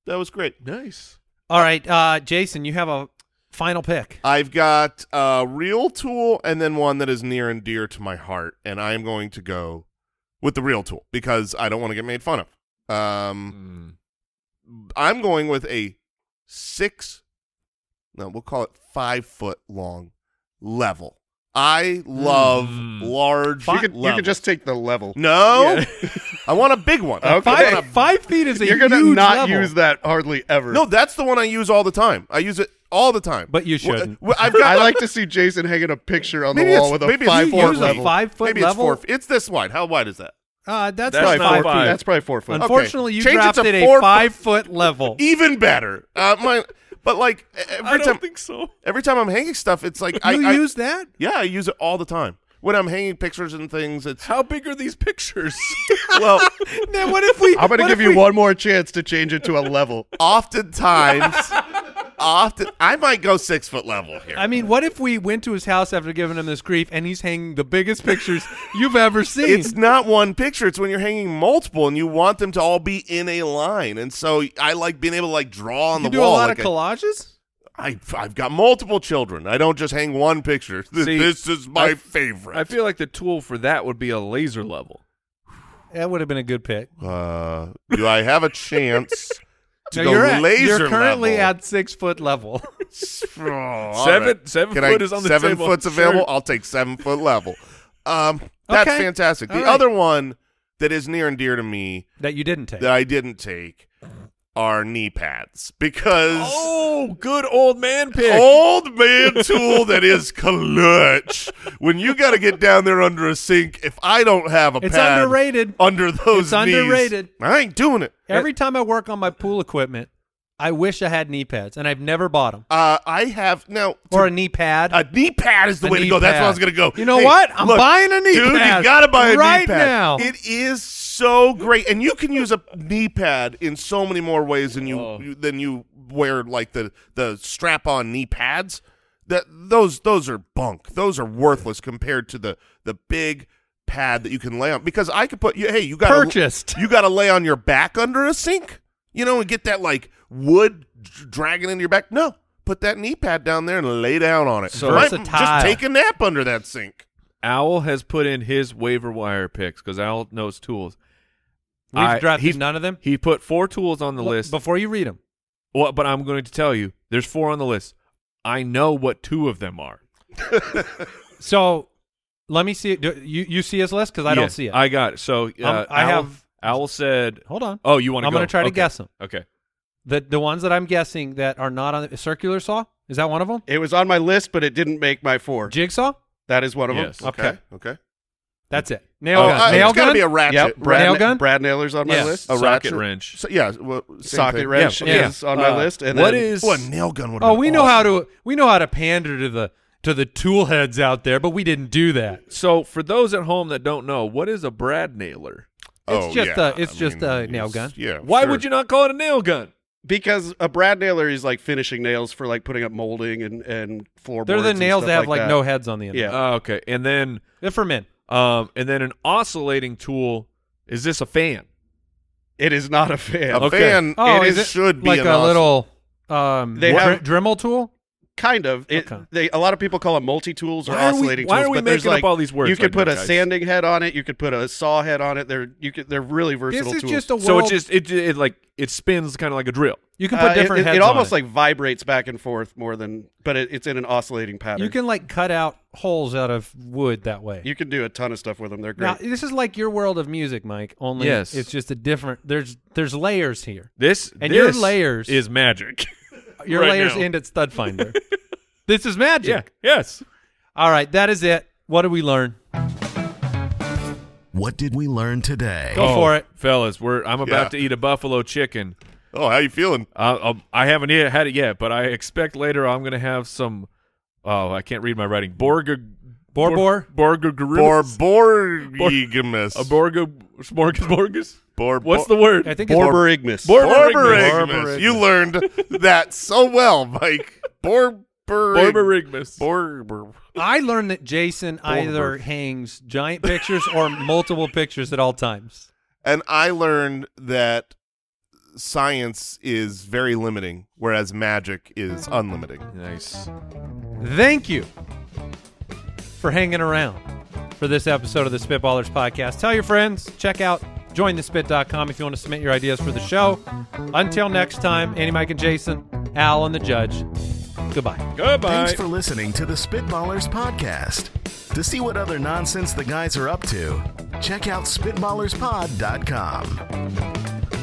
Speaker 2: that was great.
Speaker 4: Nice.
Speaker 3: All right, uh, Jason, you have a final pick.
Speaker 2: I've got a real tool and then one that is near and dear to my heart, and I am going to go with the real tool because I don't want to get made fun of. Um,
Speaker 3: Hmm.
Speaker 2: I'm going with a six. No, we'll call it five foot long level. I love
Speaker 3: Hmm.
Speaker 4: Mm.
Speaker 2: large.
Speaker 5: you, could, you
Speaker 2: levels.
Speaker 5: could just take the level.
Speaker 2: no. I want a big one.
Speaker 5: Okay.
Speaker 2: I want
Speaker 3: Five,
Speaker 2: a-
Speaker 3: five feet is a
Speaker 5: You're gonna
Speaker 3: huge
Speaker 5: not
Speaker 3: level.
Speaker 5: use that hardly ever.
Speaker 2: no, that's the one I use all the time. I use it all the time.
Speaker 3: But you
Speaker 2: Wh-
Speaker 3: shouldn't.
Speaker 2: wh- I've got
Speaker 5: I like to see Jason hanging a picture on the
Speaker 2: Maybe
Speaker 5: wall
Speaker 2: it's-
Speaker 5: with a
Speaker 2: maybe it's-
Speaker 5: five
Speaker 2: you
Speaker 5: foot
Speaker 2: use a
Speaker 5: level.
Speaker 3: five- foot
Speaker 2: maybe
Speaker 3: level?
Speaker 2: it's four. It's this wide. How wide is that?
Speaker 3: Uh, that's,
Speaker 4: That's
Speaker 3: not five,
Speaker 4: not
Speaker 5: four
Speaker 4: five.
Speaker 5: feet.
Speaker 3: feet.
Speaker 5: That's probably four foot.
Speaker 2: Okay.
Speaker 3: Unfortunately, you
Speaker 2: Change it
Speaker 3: dropped
Speaker 2: to
Speaker 3: it a
Speaker 2: four foot-
Speaker 3: five foot level.
Speaker 2: Even better. Uh, my, but like e-
Speaker 4: I
Speaker 2: every
Speaker 4: don't
Speaker 2: time,
Speaker 4: think so.
Speaker 2: every time I'm hanging stuff, it's like I,
Speaker 3: you
Speaker 2: I-
Speaker 3: use that?
Speaker 2: Yeah, I use it all the time when I'm hanging pictures and things. It's
Speaker 4: How big are these pictures?
Speaker 2: well.
Speaker 3: Now, what if we?
Speaker 5: I'm gonna
Speaker 3: what
Speaker 5: give
Speaker 3: if
Speaker 5: you
Speaker 3: we-
Speaker 5: one more chance to change it to a level.
Speaker 2: oftentimes often I might go six foot level here.
Speaker 3: I mean, what if we went to his house after giving him this grief, and he's hanging the biggest pictures you've ever seen?
Speaker 2: it's not one picture. It's when you're hanging multiple and you want them to all be in a line. And so I like being able to like draw on
Speaker 3: you
Speaker 2: the
Speaker 3: do
Speaker 2: wall.
Speaker 3: a lot
Speaker 2: like
Speaker 3: of collages.
Speaker 2: I, I, have got multiple children. I don't just hang one picture. Th-
Speaker 4: See,
Speaker 2: this is my
Speaker 4: I-
Speaker 2: favorite.
Speaker 4: I feel like the tool for that would be a laser level.
Speaker 3: That would have been a good pick.
Speaker 2: uh, do I have a chance to
Speaker 3: Now,
Speaker 2: go
Speaker 3: you're at-
Speaker 2: laser
Speaker 3: You're currently
Speaker 2: level?
Speaker 3: at six foot level.
Speaker 2: Oh, all
Speaker 4: Seven- seven
Speaker 2: Can
Speaker 4: foot
Speaker 2: I,
Speaker 4: is on the
Speaker 2: seven
Speaker 4: table.
Speaker 2: foot's available.
Speaker 4: Sure.
Speaker 2: I'll take seven foot level. Um, that's
Speaker 3: Okay.
Speaker 2: fantastic. The
Speaker 3: All right.
Speaker 2: other one that is near and dear to me
Speaker 3: that you didn't take.
Speaker 2: that I didn't take are knee pads because
Speaker 4: Oh, good old man pick.
Speaker 2: old man tool that is clutch. When you got to get down there under a sink, if I don't have a
Speaker 3: It's
Speaker 2: pad
Speaker 3: underrated.
Speaker 2: under those
Speaker 3: It's
Speaker 2: knees,
Speaker 3: underrated.
Speaker 2: I ain't doing it.
Speaker 3: Every time I work on my pool equipment, I wish I had knee pads, and I've never bought them
Speaker 2: Uh, I have now
Speaker 3: or a knee pad.
Speaker 2: A knee pad is the
Speaker 3: A
Speaker 2: way to
Speaker 3: knee
Speaker 2: go. That's
Speaker 3: pad.
Speaker 2: where I was going to go.
Speaker 3: You know what? I'm buying a knee
Speaker 2: dude,
Speaker 3: pad
Speaker 2: you got to buy a knee
Speaker 3: right
Speaker 2: pad.
Speaker 3: now.
Speaker 2: It is so great. And you can use a knee pad in so many more ways than you,
Speaker 3: Oh.
Speaker 2: you- than you wear like the, the strap on knee pads. That those those are bunk. Those are worthless compared to the the big pad that you can lay on because I could put you. Hey, you got
Speaker 3: Purchased.
Speaker 2: You got to lay on your back under a sink, you know, and get that like wood d- dragging into your back. No, put that knee pad down there and lay down on it.
Speaker 4: So-
Speaker 2: Might-
Speaker 3: Versatile.
Speaker 2: just take a nap under that sink.
Speaker 4: Owl has put in his waiver wire picks because Owl knows tools.
Speaker 3: We've
Speaker 4: I-
Speaker 3: drafted
Speaker 4: he's-
Speaker 3: none of them.
Speaker 4: He put four tools on the
Speaker 3: Look,
Speaker 4: list.
Speaker 3: Before you read them,
Speaker 4: Well, but I'm going to tell you, there's four on the list. I know what two of them are.
Speaker 3: so let me see it. Do, you you see his list because I
Speaker 4: Yeah,
Speaker 3: don't see it. Um,
Speaker 4: I got it. So uh,
Speaker 3: I
Speaker 4: Owl-
Speaker 3: have-
Speaker 4: Owl said.
Speaker 3: Hold on.
Speaker 4: Oh, you want to?
Speaker 3: I'm gonna try to
Speaker 4: Okay.
Speaker 3: guess 'em.
Speaker 4: Okay.
Speaker 3: The the ones that I'm guessing that are not on the circular saw is that one of them?
Speaker 5: It was on my list, but it didn't make my four.
Speaker 3: Jigsaw.
Speaker 5: That is one of
Speaker 4: Yes.
Speaker 5: them.
Speaker 3: Okay.
Speaker 2: Okay.
Speaker 3: That's it. Nail
Speaker 2: oh,
Speaker 3: gun.
Speaker 2: uh,
Speaker 3: nail
Speaker 2: it's got
Speaker 3: gun.
Speaker 2: to be a ratchet.
Speaker 5: Yep. Brad,
Speaker 3: Nail gun?
Speaker 5: Brad Naylor's on my
Speaker 3: Yes. Oh.
Speaker 5: list.
Speaker 2: A
Speaker 4: Socket
Speaker 2: ratchet?
Speaker 4: wrench.
Speaker 2: So, yeah. Well, same
Speaker 5: Socket
Speaker 2: thing.
Speaker 5: wrench
Speaker 4: Yeah, yeah.
Speaker 5: is on my
Speaker 4: Uh,
Speaker 5: list. And
Speaker 4: what
Speaker 5: then
Speaker 4: is?
Speaker 2: Well, a nail gun would.
Speaker 3: Oh, we know how to we know how to pander to the to the tool heads out there, but we didn't do that.
Speaker 4: So for those at home that don't know, what is a Brad nailer?
Speaker 2: Oh,
Speaker 3: It's just
Speaker 2: yeah.
Speaker 3: a- it's
Speaker 2: I
Speaker 3: just
Speaker 2: mean,
Speaker 3: a nail gun.
Speaker 2: it's-
Speaker 5: Oh,
Speaker 2: Yeah.
Speaker 4: Why
Speaker 2: sure.
Speaker 4: would you not call it a nail gun?
Speaker 5: because a Brad Nailer is like finishing nails for like putting up molding and and floorboards.
Speaker 3: They're the
Speaker 5: and
Speaker 3: nails
Speaker 5: stuff
Speaker 3: that have like,
Speaker 5: like that.
Speaker 3: no heads on the end.
Speaker 5: Yeah.
Speaker 4: Oh, okay. And then
Speaker 3: They're for men.
Speaker 4: um and then an oscillating tool is this a fan?
Speaker 5: It is not a fan.
Speaker 2: A
Speaker 4: Okay.
Speaker 2: fan.
Speaker 3: Oh,
Speaker 2: it
Speaker 3: is
Speaker 2: is-
Speaker 3: it
Speaker 2: should be
Speaker 3: like
Speaker 2: an
Speaker 3: a
Speaker 2: os-
Speaker 3: little um
Speaker 5: They
Speaker 3: dr-
Speaker 5: have-
Speaker 3: Dremel tool?
Speaker 5: Kind of. It,
Speaker 3: Okay.
Speaker 5: they, a lot of people call them multi tools or
Speaker 4: Why are we-
Speaker 5: oscillating
Speaker 4: why are
Speaker 5: tools.
Speaker 4: we
Speaker 5: but there's,
Speaker 4: making up
Speaker 5: like-
Speaker 4: all these words
Speaker 5: You
Speaker 4: right
Speaker 5: could put
Speaker 4: now,
Speaker 5: a
Speaker 4: guys?
Speaker 5: sanding head on it. You could put a saw head on it. They're you could, they're really versatile
Speaker 3: This is
Speaker 5: tools.
Speaker 3: just a world.
Speaker 4: So it just it, it like it spins kind of like a drill.
Speaker 3: you can put
Speaker 5: Uh, it-
Speaker 3: different
Speaker 5: it,
Speaker 3: heads.
Speaker 5: it
Speaker 3: on
Speaker 5: almost like vibrates back and forth more than, but it, it's in an oscillating pattern.
Speaker 3: you can like cut out holes out of wood that way.
Speaker 5: you can do a ton of stuff with them. They're
Speaker 3: now
Speaker 5: great.
Speaker 3: this is like your world of music, Mike. Only
Speaker 4: Yes.
Speaker 3: it's just a different. There's there's layers here.
Speaker 4: This
Speaker 3: And your
Speaker 4: this
Speaker 3: layers-
Speaker 4: is magic.
Speaker 3: Your
Speaker 4: Right
Speaker 3: layers
Speaker 4: now.
Speaker 3: end at stud finder. this is magic.
Speaker 4: yeah. Yes.
Speaker 3: All right, that is it. What did we learn?
Speaker 1: What did we learn today?
Speaker 3: Go for it.
Speaker 4: fellas. We're I'm about
Speaker 2: Yeah.
Speaker 4: to eat a buffalo chicken.
Speaker 2: Oh, how you feeling?
Speaker 4: I I'll- I haven't e- had it yet, but I expect later I'm going to have some. Oh, I can't read my writing. Borga.
Speaker 3: Bor bor.
Speaker 4: Borga gorilla.
Speaker 2: Bor Borgimus.
Speaker 4: A borga. Smorgasborgas.
Speaker 2: Bor-
Speaker 4: What's
Speaker 2: bor-
Speaker 4: the word?
Speaker 3: I think it's
Speaker 5: Borborygmus.
Speaker 4: Bor- Borborygmus.
Speaker 2: Borborygmus. You learned that so well, Mike. Borborig.
Speaker 4: Borborygmus.
Speaker 2: Borbor.
Speaker 3: I learned that Jason either hangs giant pictures or multiple pictures at all times.
Speaker 2: And I learned that science is very limiting, whereas magic is unlimiting.
Speaker 4: nice.
Speaker 3: Thank you for hanging around for this episode of the Spitballers Podcast. Tell your friends, check out jointhespit.com if you want to submit your ideas for the show. Until next time, Andy, Mike, and Jason, Al, and the Judge. Goodbye.
Speaker 4: Goodbye.
Speaker 1: Thanks for listening to the Spitballers Podcast. To see what other nonsense the guys are up to, check out SpitballersPod.com.